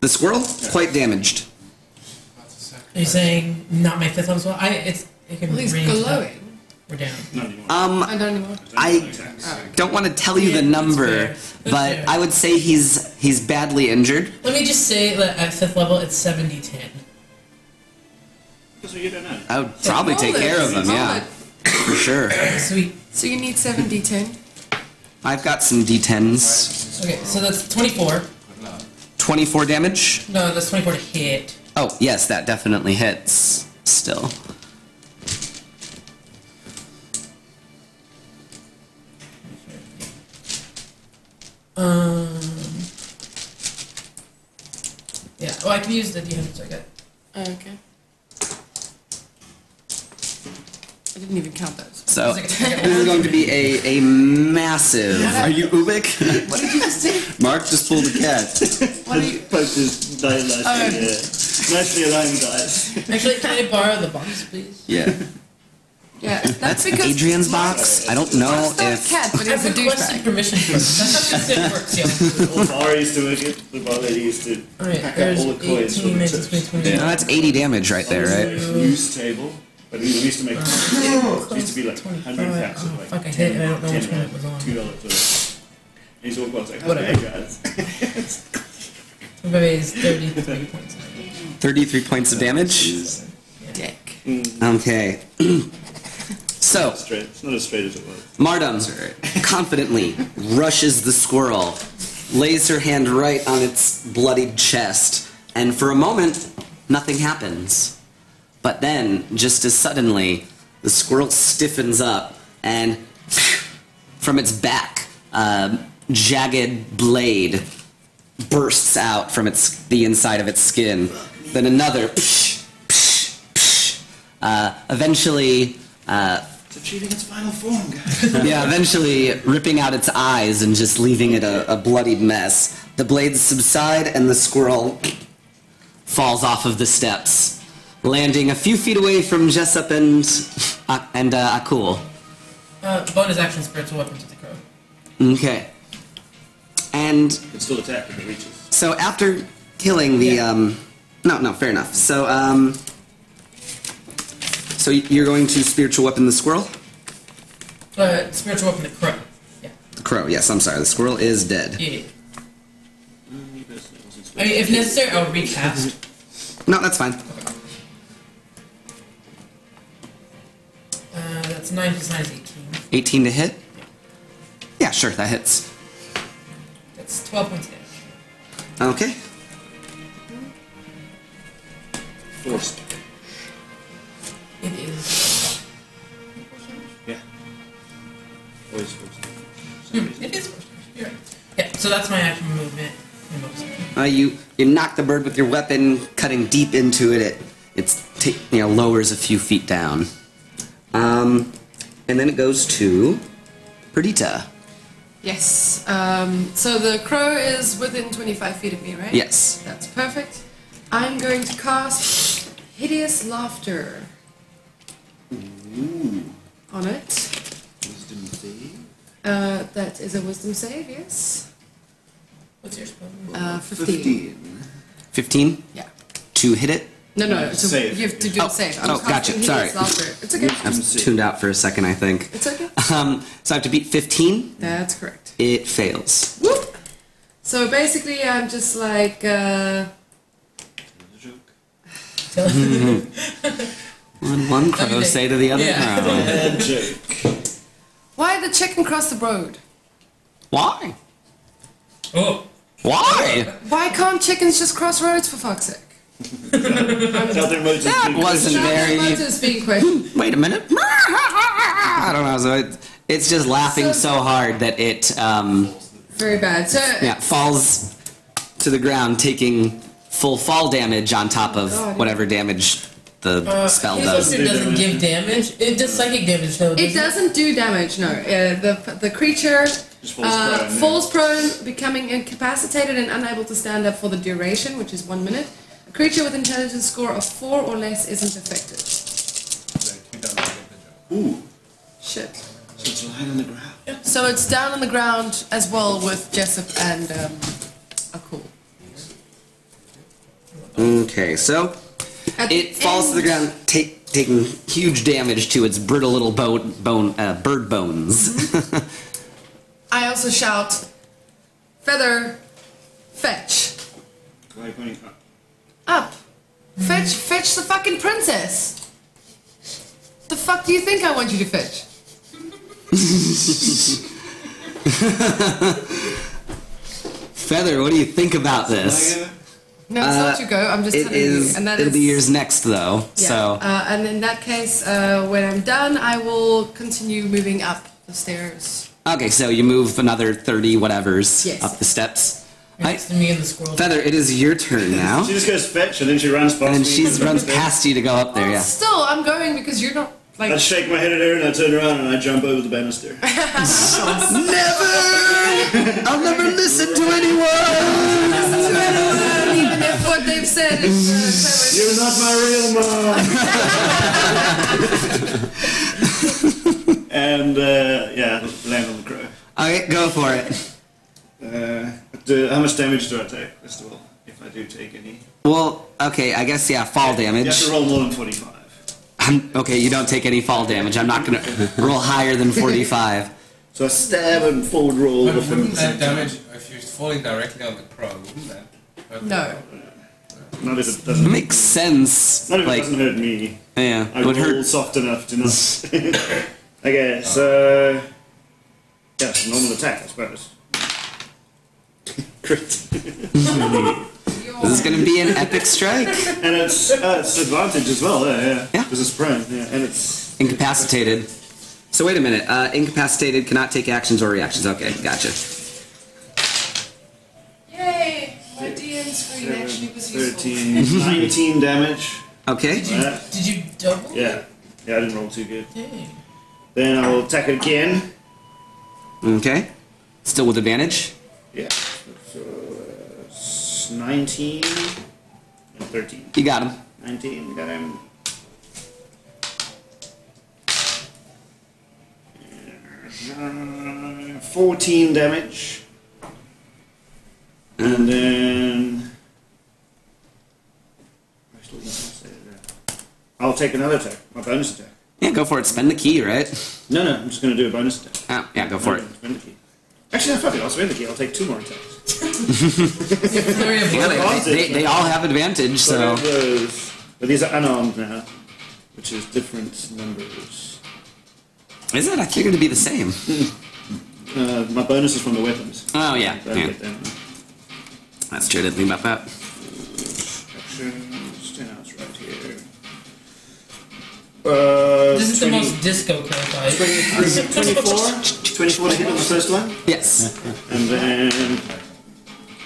S1: The squirrel, quite damaged.
S6: That's a
S4: Are you
S6: sacrifice.
S4: saying not my fifth level spell? I it's it can
S2: Well, he's
S4: range up.
S2: glowing.
S4: We're down.
S5: Not anymore.
S1: Um,
S2: I don't know.
S1: I don't want to tell you
S4: Yeah,
S1: the
S4: that's
S1: number,
S4: fair. That's
S1: but
S4: fair.
S1: I would say he's he's badly injured.
S4: Let me just say that at fifth level it's 70 10.
S5: That's what you don't know.
S1: I would probably take
S2: Roll it,
S1: care of him,
S2: roll
S1: yeah,
S2: it.
S1: for sure.
S4: Sweet.
S2: So you need 70 10.
S1: I've got some d10s.
S4: Okay, so that's 24.
S1: 24 damage.
S4: No, that's 24 to hit.
S1: Oh, yes, that definitely hits. Still.
S4: Um. Yeah. Oh, I can use the D100, so I got.
S2: Oh, Okay. I didn't even count those.
S1: So
S4: I was like, I got
S1: this
S3: [laughs]
S1: is going to be a, a massive. Are you Ubik? [laughs]
S2: What did you just do?
S1: Mark just pulled a cat.
S2: What do you.
S5: Poked his die nicely,
S2: Oh.
S5: yeah. Nicely aligned dice.
S4: Actually, can I borrow the box, please?
S1: Yeah.
S2: Yeah, that's because.
S1: Adrian's box. I don't know
S2: It's not a
S1: if
S2: cat, but it's a
S4: I've requested
S2: douchebag.
S4: permission first. That's how consent works, yo.
S5: [laughs] All Bar used to work it. The bar lady used to
S4: Alright,
S5: pack up
S4: there's
S5: all the coins from
S4: 18, 19,
S5: the tips.
S4: 20,
S1: no,
S4: 21.
S1: that's 80 damage right there,
S5: There,
S1: right?
S5: Loose table. But we used to make. it used to be like
S4: 25.
S5: 100 caps
S4: Oh,
S5: of like.
S4: fuck, I
S5: 10,
S4: hit it. I don't know
S5: 10,
S4: which one it was on.
S5: $2 dollars. He's all gone. It's like,
S4: Whatever.
S5: okay, guys.
S4: Everybody is 33 points.
S1: 33 points of damage.
S2: Dick.
S1: Okay. [clears throat] so,
S5: Straight. It's not as straight as it was.
S1: Mardum confidently rushes the squirrel, lays her hand right on its bloodied chest, and for a moment, nothing happens. But then, just as suddenly, the squirrel stiffens up, and [sighs] from its back, a jagged blade bursts out from its the inside of its skin. Then another. [laughs] Uh, eventually,
S5: It's achieving its final form, guys.
S1: yeah, eventually ripping out its eyes and just leaving it a, a bloodied mess. The blades subside and the squirrel falls off of the steps, landing a few feet away from Jessup and uh, and uh, Akul.
S4: Uh, bonus action spiritual weapon to the crow.
S1: Okay. And
S5: It's still attack if it reaches.
S1: so after killing the
S4: Yeah.
S1: um, no, no, fair enough. So um, so you're going to spiritual weapon the squirrel.
S4: Uh, spiritual weapon to the crow. Yeah.
S1: The crow. Yes, I'm sorry. The squirrel is dead.
S4: Yeah.
S5: Mm, you personally wasn't supposed
S4: I mean, if necessary, I'll recast.
S1: No, that's fine.
S4: Uh, that's 9 plus 9 is 18.
S1: 18 to hit. Yeah, sure, that hits.
S4: That's 12 points of damage.
S1: Okay.
S5: to. Forced.
S4: It is.
S5: Yeah. Always forced.
S4: Hmm, It is. You're right. Yeah, so that's my action movement. and bonus action.
S1: Uh, you you knock the bird with your weapon, cutting deep into it. It it's ta- you know lowers a few feet down, um, and then it goes to Perdita.
S2: Yes. Um, so the crow is within 25 feet of me, right?
S1: Yes.
S2: That's perfect. I'm going to cast Hideous Laughter
S5: Ooh.
S2: on it.
S5: Wisdom save.
S2: Uh, that is a wisdom save, yes.
S4: What's your spell?
S2: Uh, 15.
S5: 15.
S1: Fifteen
S2: Yeah.
S1: to hit it.
S2: No, no,
S5: No,
S2: it's a-
S5: save.
S2: you have to do
S1: Oh,
S2: a save.
S1: oh,
S2: casting
S1: gotcha,
S2: Hideous
S1: sorry.
S2: Laughter. It's okay.
S1: I'm tuned out for a second, I think.
S2: It's okay. [laughs]
S1: Um, so I have to beat fifteen.
S2: That's correct.
S1: It fails.
S2: Whoop! So basically, I'm just like, uh,
S1: One, one crow say to the other
S4: Yeah.
S1: crow.
S5: Bad joke.
S2: why the chicken cross the road?
S1: Why?
S4: [laughs] Oh!
S1: Why?
S2: Why can't chickens just cross roads for fuck's sake?
S5: Southern Motors.
S1: That wasn't very.
S2: Motors being quick.
S1: [laughs] Wait a minute. I don't know. So it, it's just laughing so hard that it um,
S2: Very bad. So
S1: yeah falls to the ground, taking full fall damage on top of
S2: God.
S1: whatever damage the
S4: Uh,
S1: spell
S4: his
S1: does.
S4: Luster doesn't give damage. It does psychic damage though.
S2: It doesn't
S4: doesn't
S2: do damage, no. Uh, the, the creature
S5: Just falls
S2: uh,
S5: prone, yeah.
S2: falls prone, becoming incapacitated and unable to stand up for the duration, which is one minute. A creature with intelligence score of four or less isn't affected.
S6: you don't get the
S5: Ooh,
S6: job.
S2: Shit.
S5: so it's lying on the ground.
S2: So it's down on the ground as well with Jessup and um, Akul.
S1: Okay, so
S2: At
S1: it
S2: the
S1: falls to the
S2: end-
S1: ground, take, taking huge damage to its brittle little bone, bone uh, bird bones.
S2: Mm-hmm. I also shout, Feather, fetch.
S5: Why can't you-
S2: Up. Fetch, fetch the fucking princess. The fuck do you think I want you to fetch?
S1: Feather, what do you think about this?
S5: Like, uh,
S2: No, it's
S1: Uh,
S2: not you go. I'm just
S1: It
S2: telling
S1: is.
S2: you. And that
S1: it'll
S2: is
S1: be yours next, though.
S2: yeah.
S1: So
S2: Uh, and in that case, uh, when I'm done, I will continue moving up the stairs.
S1: okay, so you move another thirty whatevers
S2: Yes.
S1: up the steps.
S4: Next to me and the squirrel.
S1: Feather, it is your turn
S2: [laughs]
S1: now,
S5: She just goes fetch and then she runs past
S1: and then
S5: me.
S1: she
S5: [laughs]
S1: runs
S5: back.
S1: past you to go up there.
S2: Well,
S1: Yeah.
S2: Still, I'm going because you're not like.
S5: I shake my head at her and I turn around and I jump over the
S6: [laughs]
S5: banister.
S1: Never. I'll never listen to anyone.
S2: even if what
S1: [laughs]
S2: they've said is. Uh,
S5: You're not my real
S1: [laughs]
S5: mom! and uh, yeah, land on the crow.
S1: Okay, go for it.
S5: Uh, do, how much damage do I take, first of all? If I do take any.
S1: Well, okay, I guess yeah, fall
S5: You have
S1: damage.
S5: to roll more than 45.
S1: I'm, okay, you don't take any fall damage. I'm not gonna roll higher than 45.
S5: So I stab and forward roll.
S6: But
S5: with them at
S6: wouldn't
S5: the
S6: that
S5: same time.
S6: damage if you're falling directly on the crow? Wouldn't that? hurt the
S2: No.
S6: crow?
S5: Not if it doesn't,
S1: Makes sense.
S5: not if it
S1: Like,
S5: doesn't hurt me.
S1: yeah,
S5: I
S1: would
S5: roll
S1: hurt.
S5: soft enough to not. [laughs] okay, so yeah, normal attack, I suppose. Crit,
S1: This is gonna be an epic strike.
S5: and it's uh, it's advantage as well. Yeah, yeah.
S1: Yeah.
S5: Because it's prone. Yeah, and it's
S1: Incapacitated. So wait a minute. Uh, incapacitated cannot take actions or reactions. Okay, gotcha.
S2: Yay! My DM screen Oh, actually was useful.
S5: 13, 19 damage.
S1: Okay.
S4: Did you,
S5: Right.
S4: did you double?
S5: Yeah, yeah. I didn't roll too good.
S4: Dang.
S5: Then I will attack it again.
S1: Okay. Still with advantage.
S5: Yeah. So uh, s- 19 and 13.
S1: You got him.
S5: 19, got him. Uh, 14 damage. And then. I still didn't say that. I'll take another attack, my bonus attack.
S1: Yeah, go for it. Spend the key, right?
S5: No, no, I'm just going to do a bonus attack.
S1: Ah, yeah, go for it.
S5: I'm gonna spend the key. Actually, no, fuck it, I'll spend the key. I'll take two more attacks.
S4: Flurry of
S1: Yeah,
S4: blows.
S1: they, they, they, they all have advantage, so
S5: So those, but these are unarmed now, which is different numbers.
S1: is it? I figured it'd be the same.
S5: Uh, my bonus is from the weapons.
S1: Oh yeah,
S5: Don't
S1: yeah.
S5: get them.
S1: That's true. Didn't think about that.
S5: Actions, 10 hours right here. Uh,
S4: This is
S5: 20
S4: the most disco camp fight.
S5: [laughs] 23, 24? 24 to hit on the first one.
S1: Yes. [laughs]
S5: And then.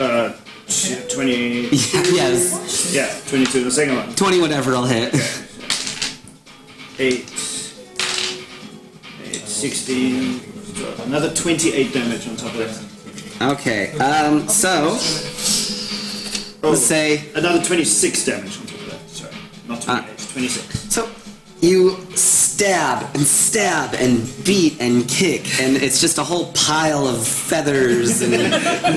S5: Uh, t-
S1: [laughs]
S5: 20.
S1: yes.
S5: Yeah, 22 in the second one.
S1: Twenty whatever I'll hit.
S5: 8. 8, 16. twelve. Another 28 damage on top of that.
S1: Okay. Um. So
S5: Oh,
S1: let's say
S5: another 26 damage on top of that. Sorry. Not
S1: Ah.
S5: 28, 26.
S1: So you stab and stab and beat and kick, and it's just a whole pile of feathers and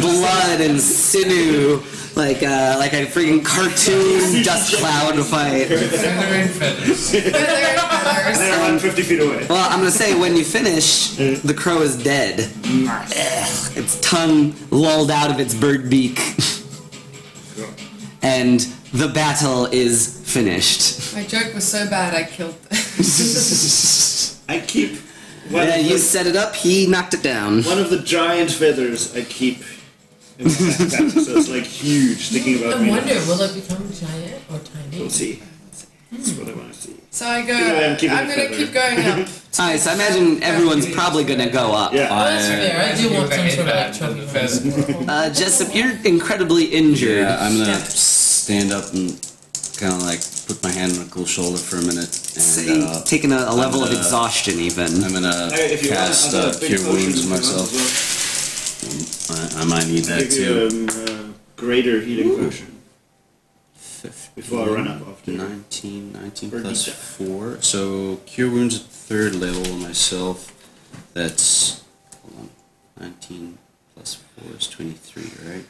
S1: blood and sinew, like a, like a freaking cartoon dust cloud fight.
S6: Feather and feathers.
S2: Feather, feathers.
S5: They're around 50 feet away.
S1: Well, I'm gonna say when you finish, the crow is dead. Ugh, its tongue lulled out of its bird beak, and the battle is finished.
S2: My joke was so bad I killed.
S5: I keep. one
S1: Yeah,
S5: of
S1: you
S5: the-
S1: set it up. He knocked it down.
S5: One of the giant feathers I keep in my backpack, so it's like huge sticking above
S4: I
S5: me.
S4: wonder, will it become giant or tiny?
S5: We'll see. That's what I want to see.
S2: [laughs] so I go.
S5: Yeah, I'm keeping
S2: I'm
S5: the
S2: gonna
S5: feather.
S2: keep going up
S1: Alright, so I imagine everyone's probably gonna go up.
S5: Yeah.
S4: Oh, that's fair. I do want some sort of like
S6: From the
S4: trophy.
S6: fest.
S1: Uh, Jessup, you're incredibly injured.
S3: Yeah, I'm gonna stand up and kind of like put my hand on Michael's shoulder for a minute.
S1: Say,
S3: And, uh,
S1: taking a, a level of
S3: gonna-
S1: exhaustion, even.
S3: I'm gonna
S5: Hey, if you
S3: cast
S5: want, I've
S3: uh,
S5: got a big
S3: Cure
S5: potion
S3: Wounds
S5: if you want
S3: myself.
S5: as
S3: I, I might need
S5: well.
S3: that
S5: Give you
S3: too.
S5: um, uh, greater healing potion before I run up after.
S3: 19, 19
S5: Or
S3: plus
S5: deep dive.
S3: 4. So Cure Wounds at third level on myself. That's. Hold on. 19 plus 4 is 23, right?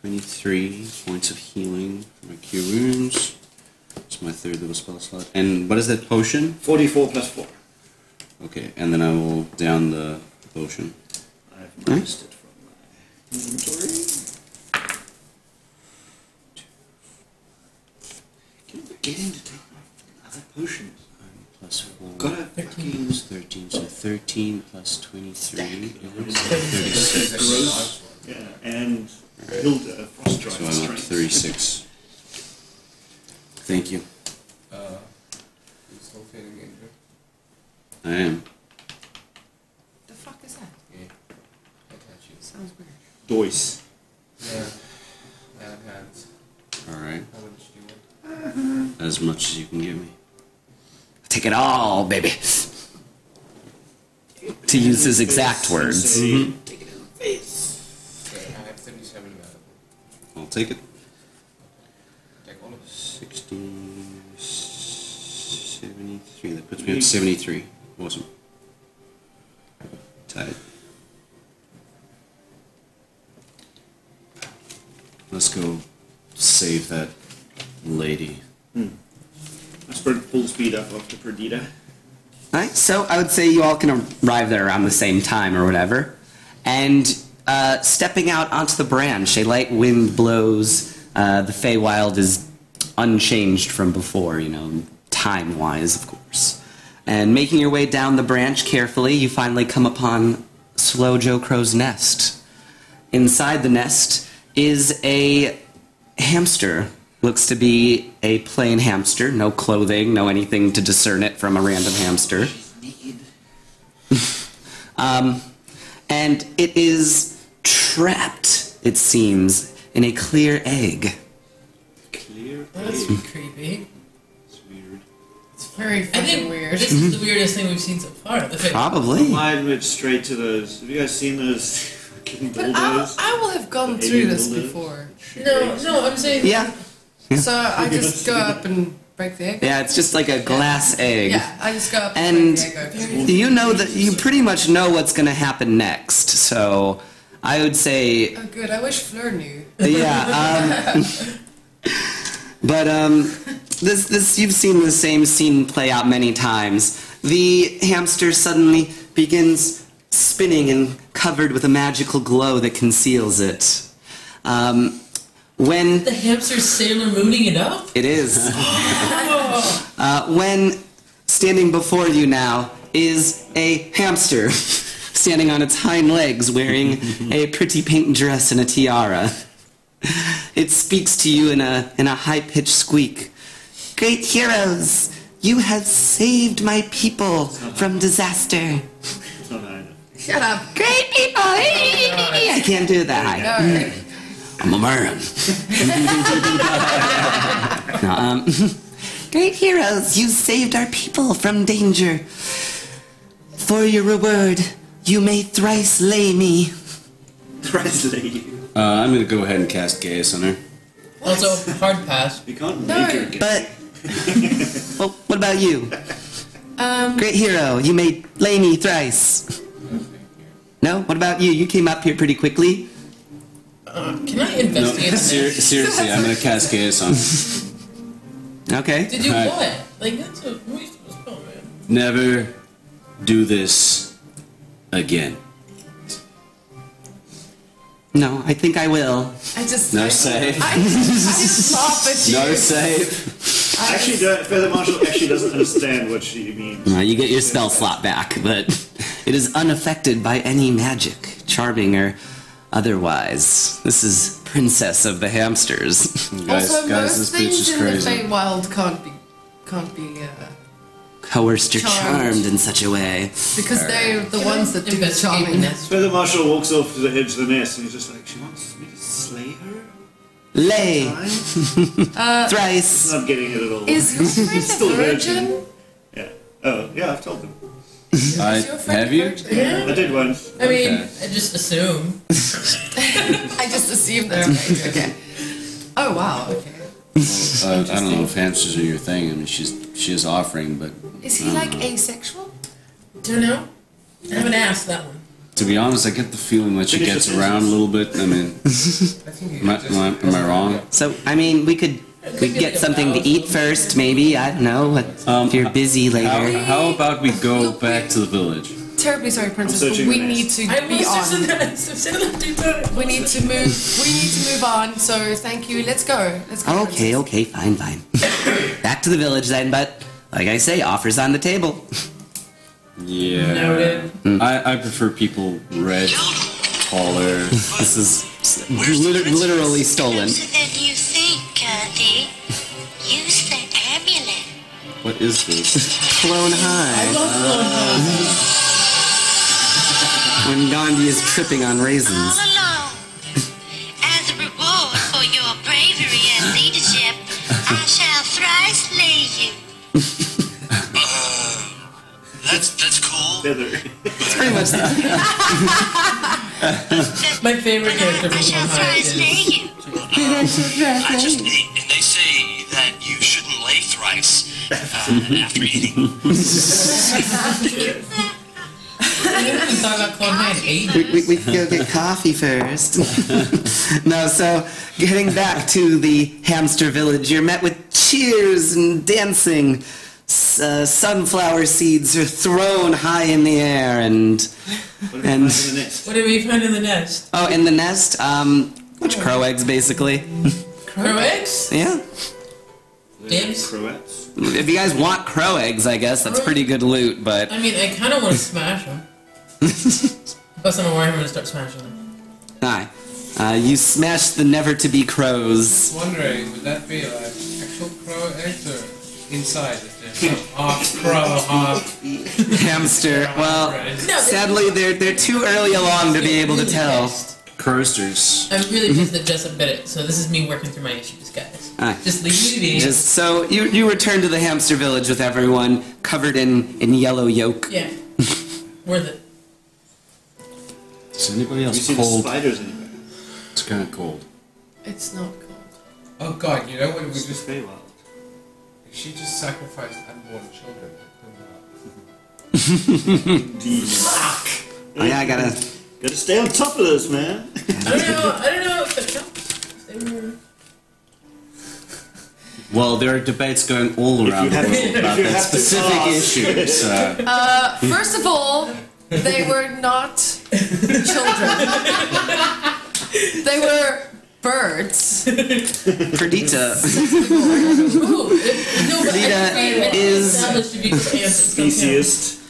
S3: 23 points of healing for my Cure Wounds. It's my third level spell slot. And what is that potion?
S5: 44 plus 4.
S3: Okay, and then I will down the potion.
S5: I've minused it from my inventory. Can you begin to take my other potions?
S3: Plus 4.
S5: Gotta fucking
S3: Is 13, so 13 plus 23.
S5: gross. Yeah, and Hilda frost
S3: So I'm up
S5: strength.
S3: 36. Thank you.
S6: Uh, you still feeling injured?
S3: I am.
S2: The fuck is that?
S6: Yeah. I touch you.
S2: Sounds weird.
S5: Dois.
S6: Yeah. Man hands.
S3: Alright.
S6: How much do you want?
S3: As much as you can give me.
S1: Take it all, baby. To use his exact words. Mm-hmm.
S5: Take it in the face.
S6: Okay, I have 37 available.
S3: I'll take it.
S6: Take all of this.
S3: 16, 73. That puts me at 73. Awesome. Tied. Let's go save that lady.
S5: I sprint full speed up after Perdita.
S1: Alright, so I would say you all can arrive there around the same time or whatever. And uh, stepping out onto the branch, a light wind blows. Uh, the Feywild is unchanged from before, you know, time wise, of course. And making your way down the branch carefully, you finally come upon Slow Joe Crow's nest. Inside the nest is a hamster. Looks to be a plain hamster, no clothing, no anything to discern it from a random hamster. um, and it is trapped, it seems, in a clear egg.
S5: Clear.
S4: That's
S3: Hmm.
S5: Hey,
S4: creepy.
S5: It's weird.
S2: It's very
S4: I
S2: fucking
S4: think
S2: weird.
S4: this is the weirdest thing we've seen so far. The fact-
S1: Probably.
S5: Mine went straight to those. Have you guys seen those [laughs] fucking
S2: But I,
S5: bulldogs?
S2: I will have gone
S5: The
S2: through
S5: alien
S2: this
S5: dildos.
S2: before.
S4: No, no, I'm saying.
S1: Yeah.
S2: So I just go up and break the egg.
S1: Yeah, it's just like a glass egg.
S2: Yeah, I just go up
S1: And-
S2: and, break the egg open.
S1: You know that you pretty much know what's going to happen next, so I would say
S2: Oh, good. I wish Fleur knew.
S1: yeah. Um, [laughs] but um, this this you've seen the same scene play out many times. The hamster suddenly begins spinning and covered with a magical glow that conceals it. Um, when
S4: The hamster's Sailor Mooning it up?
S1: it is. uh, when standing before you now is a hamster [laughs] standing on its hind legs wearing a pretty pink dress and a tiara. It speaks to you in a, in a high pitched squeak. Great heroes, you have saved my people from disaster.
S5: It's not high enough.
S2: Shut up.
S1: Great people! I can't do that high.
S2: All right.
S1: I'm a [laughs] man. No, um, [laughs] great heroes, you saved our people from danger. For your reward, you may thrice lay me.
S5: Presley.
S3: Uh, I'm gonna go ahead and cast Gaius on her.
S4: Also, hard pass.
S5: You can't
S2: No.
S5: make her
S1: [laughs]
S5: get
S1: But, well, what about you?
S2: Um,
S1: Great hero, you may lay me thrice. No? What about you? You came up here pretty quickly.
S4: Uh, can I
S3: No,
S4: investigate the
S3: ser-
S4: nest?
S3: seriously, I'm gonna cast Gaius on her.
S1: Okay.
S4: Did you
S3: Alright.
S4: what? Like, that's a waste of a spell, man.
S3: Never do this again.
S1: No, I think I will.
S2: I just.
S3: No
S2: I,
S3: save.
S2: I, I just laugh at you.
S3: No save.
S5: I actually don't. Feather Marshall actually doesn't understand what she means.
S1: Uh, you get your spell slot back, but it is unaffected by any magic, charming or otherwise. This is Princess of the Hamsters.
S3: Guys,
S2: Also,
S3: guys,
S2: most
S3: this bitch
S2: things
S3: is
S2: in the
S3: crazy.
S2: Feywild can't be can't be uh,
S1: coerced or charmed,
S2: Charmed.
S1: in such a way.
S2: Because they're the
S4: Can
S2: ones
S4: I
S2: that do the
S4: investigate
S2: charming.
S4: this?
S5: So the marshal walks off to the edge of the nest and he's just like, she wants me to slay her?
S1: Lay
S5: Fine.
S1: thrice.
S5: Not getting it at all.
S2: Is your friend
S5: Still
S2: a
S5: virgin.
S2: virgin?
S5: yeah. Oh, yeah, I've told them.
S3: I,
S2: Is your friend
S3: have
S2: a
S3: you?
S2: virgin?
S4: Yeah.
S5: I did once.
S4: I mean,
S3: Okay.
S4: I just assume.
S2: I just
S1: [laughs]
S2: assumed that. Okay. okay. Oh wow. Okay.
S3: Uh, I don't know if hamsters are your thing. I mean, she's she is offering, but
S2: Is he like asexual?
S4: Don't know. I haven't asked that one.
S3: to be honest, I get the feeling that she
S5: Finish
S3: gets
S5: the
S3: around a little bit. I [laughs] mean,
S6: I think you
S3: am I,
S6: just-
S3: am I, am I wrong?
S1: So I mean, we could we could get something to eat first, maybe. I don't know. what-
S3: Um,
S1: if you're busy
S3: How,
S1: later,
S3: how about we go back to the village?
S2: Terribly sorry, princess, but
S5: searching
S2: we
S5: the nest.
S2: need to
S4: I
S2: be
S4: was [laughs] just in
S2: on.
S4: that. I've said that two times.
S2: We need to move. We need to move on. So thank you. Let's go. Let's go.
S1: okay,
S2: princess.
S1: okay, fine,
S3: [coughs]
S1: fine. Back to the village then. But like I say, offers on the table.
S3: Yeah.
S4: Noted.
S3: Hmm. I, I prefer people red, [laughs] taller.
S1: This is lit- literally stolen.
S7: Closer than you think, Kathy. Use that amulet.
S3: What is this?
S1: Clone high. when Gandhi is tripping on
S7: All
S1: raisins.
S7: alone. As a reward for your bravery and leadership, I shall thrice slay you.
S8: That's that's cool.
S5: Feather.
S1: [laughs] Pretty much.
S4: My favorite character
S7: But I, I
S4: from
S7: shall
S4: Vampire [laughs]
S7: thrice
S4: is.
S7: slay you.
S8: I just and they say that you shouldn't lay thrice uh, after eating.
S4: We talk about Clone High and eight.
S1: We, we, we could go get coffee first. [laughs] no, so getting back to the hamster village, you're met with cheers and dancing. S- uh, sunflower seeds are thrown high in the air, and and
S5: The nest.
S4: What did we find in the nest?
S1: oh, in the nest, um, which crow eggs basically?
S4: Crow eggs?
S1: Yeah,
S4: Dibs?
S5: Croats.
S1: if you guys want crow eggs, I guess that's pretty good loot. But
S4: I mean, I kind of want to smash [laughs] them. Plus, I'm aware I'm going to start smashing them.
S1: aye, uh, you smash the never to be
S6: [laughs]
S1: crows.
S6: wondering, would that be like actual crow eggs or inside? Is there some half crow, half
S1: Hamster. Well,
S6: bread?
S4: No,
S1: sadly, they're they're too early along to be able to tell. Mm-hmm.
S3: Cursters.
S4: I'm really pissed that Jessup bit it, so this is me working through my issues, guys.
S1: Alright.
S4: Just leave me be.
S1: Just so you you return to the hamster village with everyone covered in in yellow yolk. [laughs]
S4: yeah. Worth it.
S3: Is anybody
S5: Have you
S3: else
S5: seen the
S3: cold?
S5: spiders anywhere?
S3: It's kind of cold.
S2: It's not cold.
S6: Oh god, you know what? We
S5: It's just
S6: just
S5: very wild.
S6: she just sacrificed unborn children. Couldn't
S5: Indeed.
S1: Oh, yeah, I gotta.
S5: Gotta stay on top of this, man.
S4: I don't know. I don't know if it counts. They were-
S3: Well, there are debates going all around the
S5: have-
S3: world about
S5: if you
S3: that
S5: have to
S3: specific
S5: ask.
S3: issue. So,
S2: First of all, they were not children. they were birds.
S1: Perdita.
S4: Ooh, it- no,
S1: [laughs]
S4: but I
S1: Rita
S4: think we
S1: is-
S4: established if you could answer something.
S5: Speciest.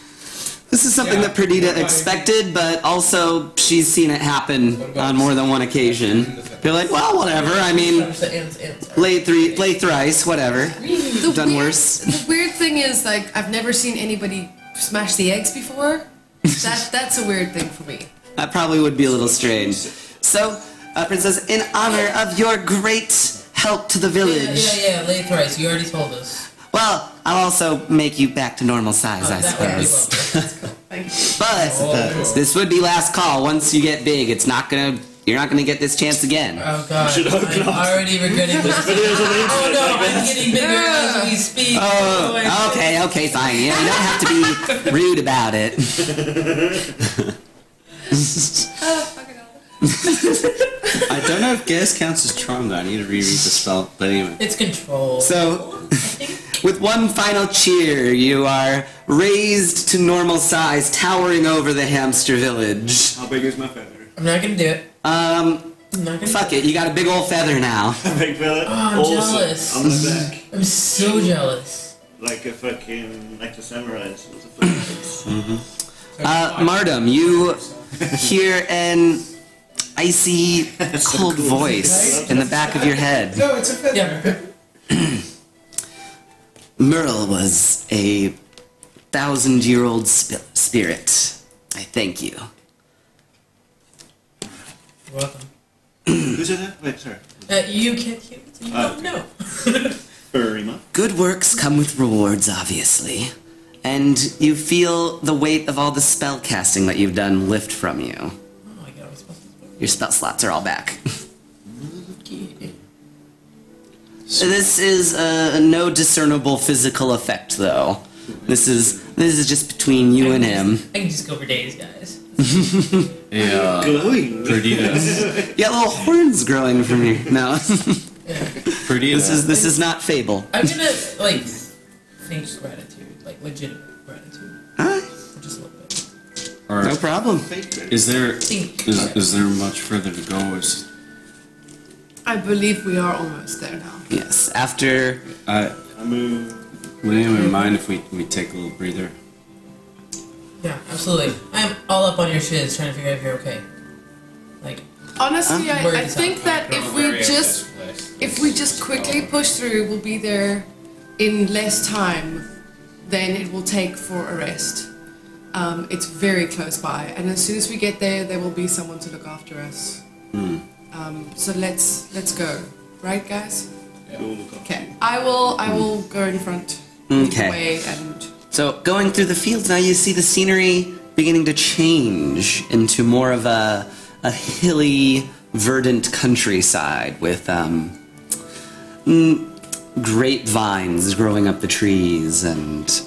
S1: This is something that Perdita expected, but also she's seen it happen on more than one occasion. You're like, well, whatever. I mean,
S4: Establish the ans- answer.
S1: lay three, lay thrice, whatever.
S2: The
S1: Done
S2: weird,
S1: worse.
S2: The weird thing is, like, I've never seen anybody smash the eggs before. That that's a weird thing for me.
S1: That probably would be a little strange. So, uh, Princess, in honor of your great help to the
S4: Yeah,
S1: village,
S4: yeah, yeah. Lay it thrice. You already told us.
S1: well, I'll also make you back to normal size, I
S4: Oh, that would be
S1: suppose.
S4: well.
S2: Thank you.
S1: But
S3: Oh,
S1: this would be last call. Once you get big, it's not gonna. You're not gonna get this chance again.
S4: Oh god, I'm already regretting this.
S5: Videos on
S4: Oh
S5: the internet.
S4: no, I'm getting bigger as we speak. Oh, I-
S1: Okay, okay, fine. Yeah, you don't have to
S4: [laughs]
S1: be rude about it.
S3: I don't know if gas counts as charm, though. I need to reread the spell. But anyway.
S4: It's control.
S1: So, [laughs] with one final cheer, you are raised to normal size, towering over the hamster village.
S5: How big is my feather?
S4: I'm not gonna do it. Um, I'm not gonna.
S1: Fuck it, you got a big old feather now.
S5: A big feather.
S4: [laughs] Oh, I'm
S5: also
S4: jealous.
S5: on the back.
S4: I'm so jealous.
S5: Like a fucking, like the samurais. with the feathers.
S1: Uh, Mardum, you hear an icy, cold voice in the back of your head.
S6: No, it's a feather.
S4: Yeah.
S1: Merle was a thousand year old sp- spirit. I thank you.
S4: You're welcome.
S5: Who said that? Wait, sorry.
S4: Uh, you can't hear me, so you don't know.
S5: Burima.
S1: Good works come with rewards, obviously. And you feel the weight of all the spell casting that you've done lift from you.
S4: Oh, I got all my spells.
S1: Your spell slots are all [laughs] back. This is uh, no discernible physical effect, though. This is this is just between you and him.
S4: I can just go for days, guys.
S3: Yeah,
S5: Glowing.
S3: Perdita.
S1: You got little horns growing from you. No,
S4: Yeah.
S1: [laughs]
S3: Perdita.
S1: this is this is not fable.
S4: I'm gonna like think gratitude, like legitimate gratitude,
S1: Huh?
S4: just a little bit.
S3: or
S1: No problem.
S3: is there
S4: Think.
S3: is, is there much further to go? Or is,
S2: I believe we are almost there now.
S1: Yes. After
S3: I,
S5: I move.
S3: would anyone mind if we, we take a little breather?
S4: Yeah, absolutely. I'm all up on your shiz, trying to figure out if you're okay. Like,
S2: Honestly,
S4: I'm
S2: I,
S4: worried
S2: I
S4: it's
S2: think
S4: not-
S2: that if we just if we just quickly push through, we'll be there in less time than it will take for a rest. Um, it's very close by, and as soon as we get there, there will be someone to look after us. Um, so let's let's go, right, guys? Okay. I will I will go in front. lead the
S1: Okay.
S2: Way and [laughs]
S1: so going through the fields now, you see the scenery beginning to change into more of a a hilly, verdant countryside with um, mm, grapevines growing up the trees and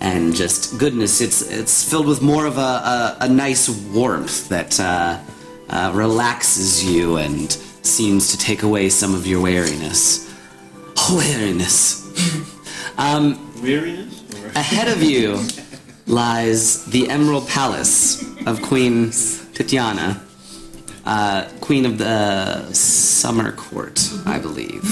S1: and just goodness it's it's filled with more of a, a, a nice warmth that uh, uh, relaxes you and seems to take away some of your wariness wariness Um,
S5: Weariness? Or
S1: ahead of you lies the Emerald Palace of Queen Tatiana, uh, Queen of the Summer Court, I believe.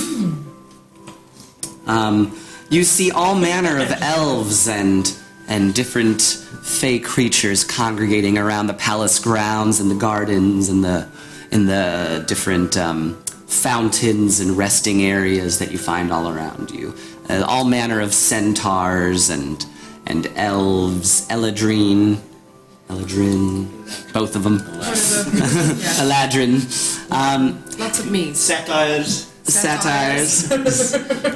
S1: Um, you see all manner of elves and and different fey creatures congregating around the palace grounds and the gardens and the in the different um, fountains and resting areas that you find all around you. Uh, all manner of centaurs and and elves, Eladrine, Eladrin, both of them, Eladrin,
S2: lots of me.
S5: satires.
S1: satires.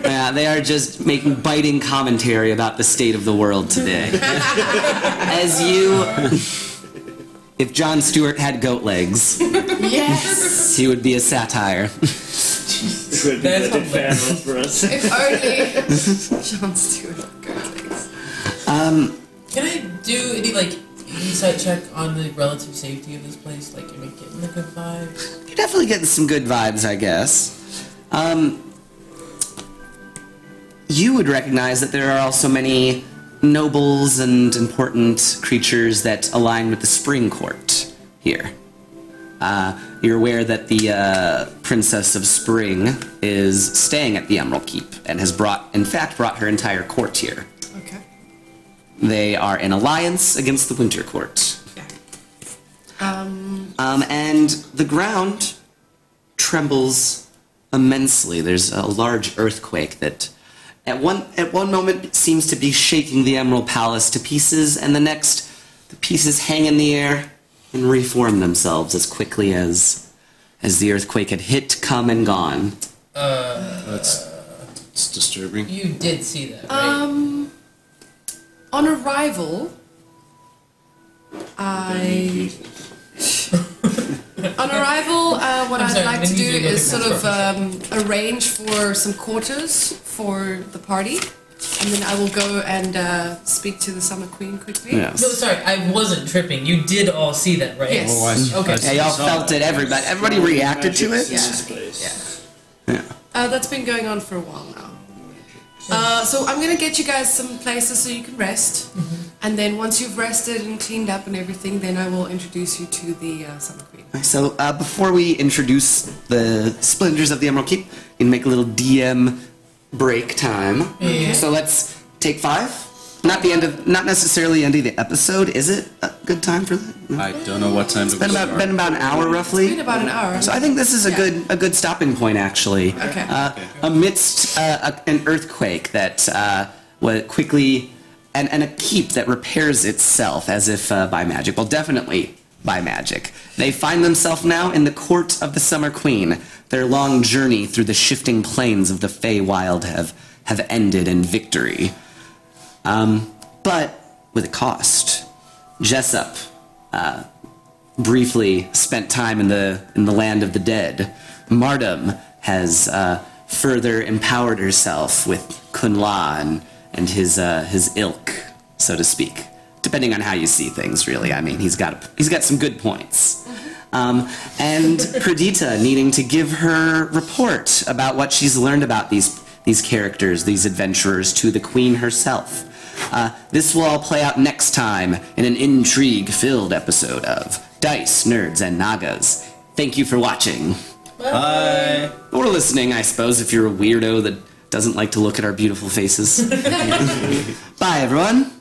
S1: yeah, they are just making biting commentary about the state of the world today. As you, if John Stewart had goat legs,
S2: Yes.
S1: he would be a satire.
S5: Could be
S4: That's
S5: a fan for us.
S2: if only John Stewart goes.
S4: can I do any like insight check on the relative safety of this place? Like, am I getting the good vibes?
S1: You're definitely getting some good vibes, I guess. Um, you would recognize that there are also many nobles and important creatures that align with the Spring Court here. Uh, you're aware that the uh, Princess of Spring is staying at the Emerald Keep and has brought, in fact, brought her entire court here.
S2: Okay.
S1: They are in alliance against the Winter Court.
S2: Um,
S1: Um, and the ground trembles immensely. There's a large earthquake that, at one at one moment, seems to be shaking the Emerald Palace to pieces, and the next, the pieces hang in the air and reform themselves as quickly as as the earthquake had hit, come and gone.
S3: That's it's disturbing.
S4: You did see that, right?
S2: um, on arrival, I. on arrival, uh, what
S4: I'm
S2: I'd
S4: sorry,
S2: like
S4: let
S2: to
S4: me
S2: do
S4: do the
S2: is sort
S4: next
S2: of um, arrange for some quarters for the party, and then I will go and uh, speak to the Summer Queen quickly.
S4: no, sorry, I wasn't tripping. You did all see that, right?
S2: Yes.
S3: I
S6: Oh,
S3: s-
S4: Okay.
S3: I
S1: Yeah,
S3: s-
S1: y'all
S3: saw
S1: felt
S3: that.
S1: it. Everybody, everybody reacted to it.
S5: Magic's in this place.
S2: Uh, that's been going on for a while now. Uh, so I'm gonna get you guys some places so you can rest, and then once you've rested and cleaned up and everything, then I will introduce you to the uh, Summer Queen.
S1: So uh, before we introduce the splendors of the Emerald Keep, we can make a little DM break time. So let's take five. Not the end of, not necessarily end of the episode. Is it a good time for that? No.
S3: I don't know what time it
S1: Been
S3: was.
S1: about been about an hour
S2: It's been
S1: roughly.
S2: about an hour.
S1: So I think this is a
S2: Yeah.
S1: good a good stopping point actually.
S2: Okay.
S1: Uh, amidst uh, a, an earthquake that uh, wa- quickly and, and a keep that repairs itself as if uh, by magic. Well, definitely by magic. They find themselves now in the court of the Summer Queen. Their long journey through the shifting plains of the Feywild have, have ended in victory. Um, but with a cost. Jessup uh, briefly spent time in the, in the land of the dead. Mardum has uh, further empowered herself with Kunla and, and his, uh, his ilk, so to speak. Depending on how you see things, really. I mean, he's got, he's got some good points. Um, and Perdita needing to give her report about what she's learned about these, these characters, these adventurers, to the queen herself. Uh, this will all play out next time in an intrigue filled episode of Dice, Nerds, and Nagas. Thank you for watching.
S3: Bye.
S1: Or listening, I suppose, if you're a weirdo that doesn't like to look at our beautiful faces. Bye, everyone.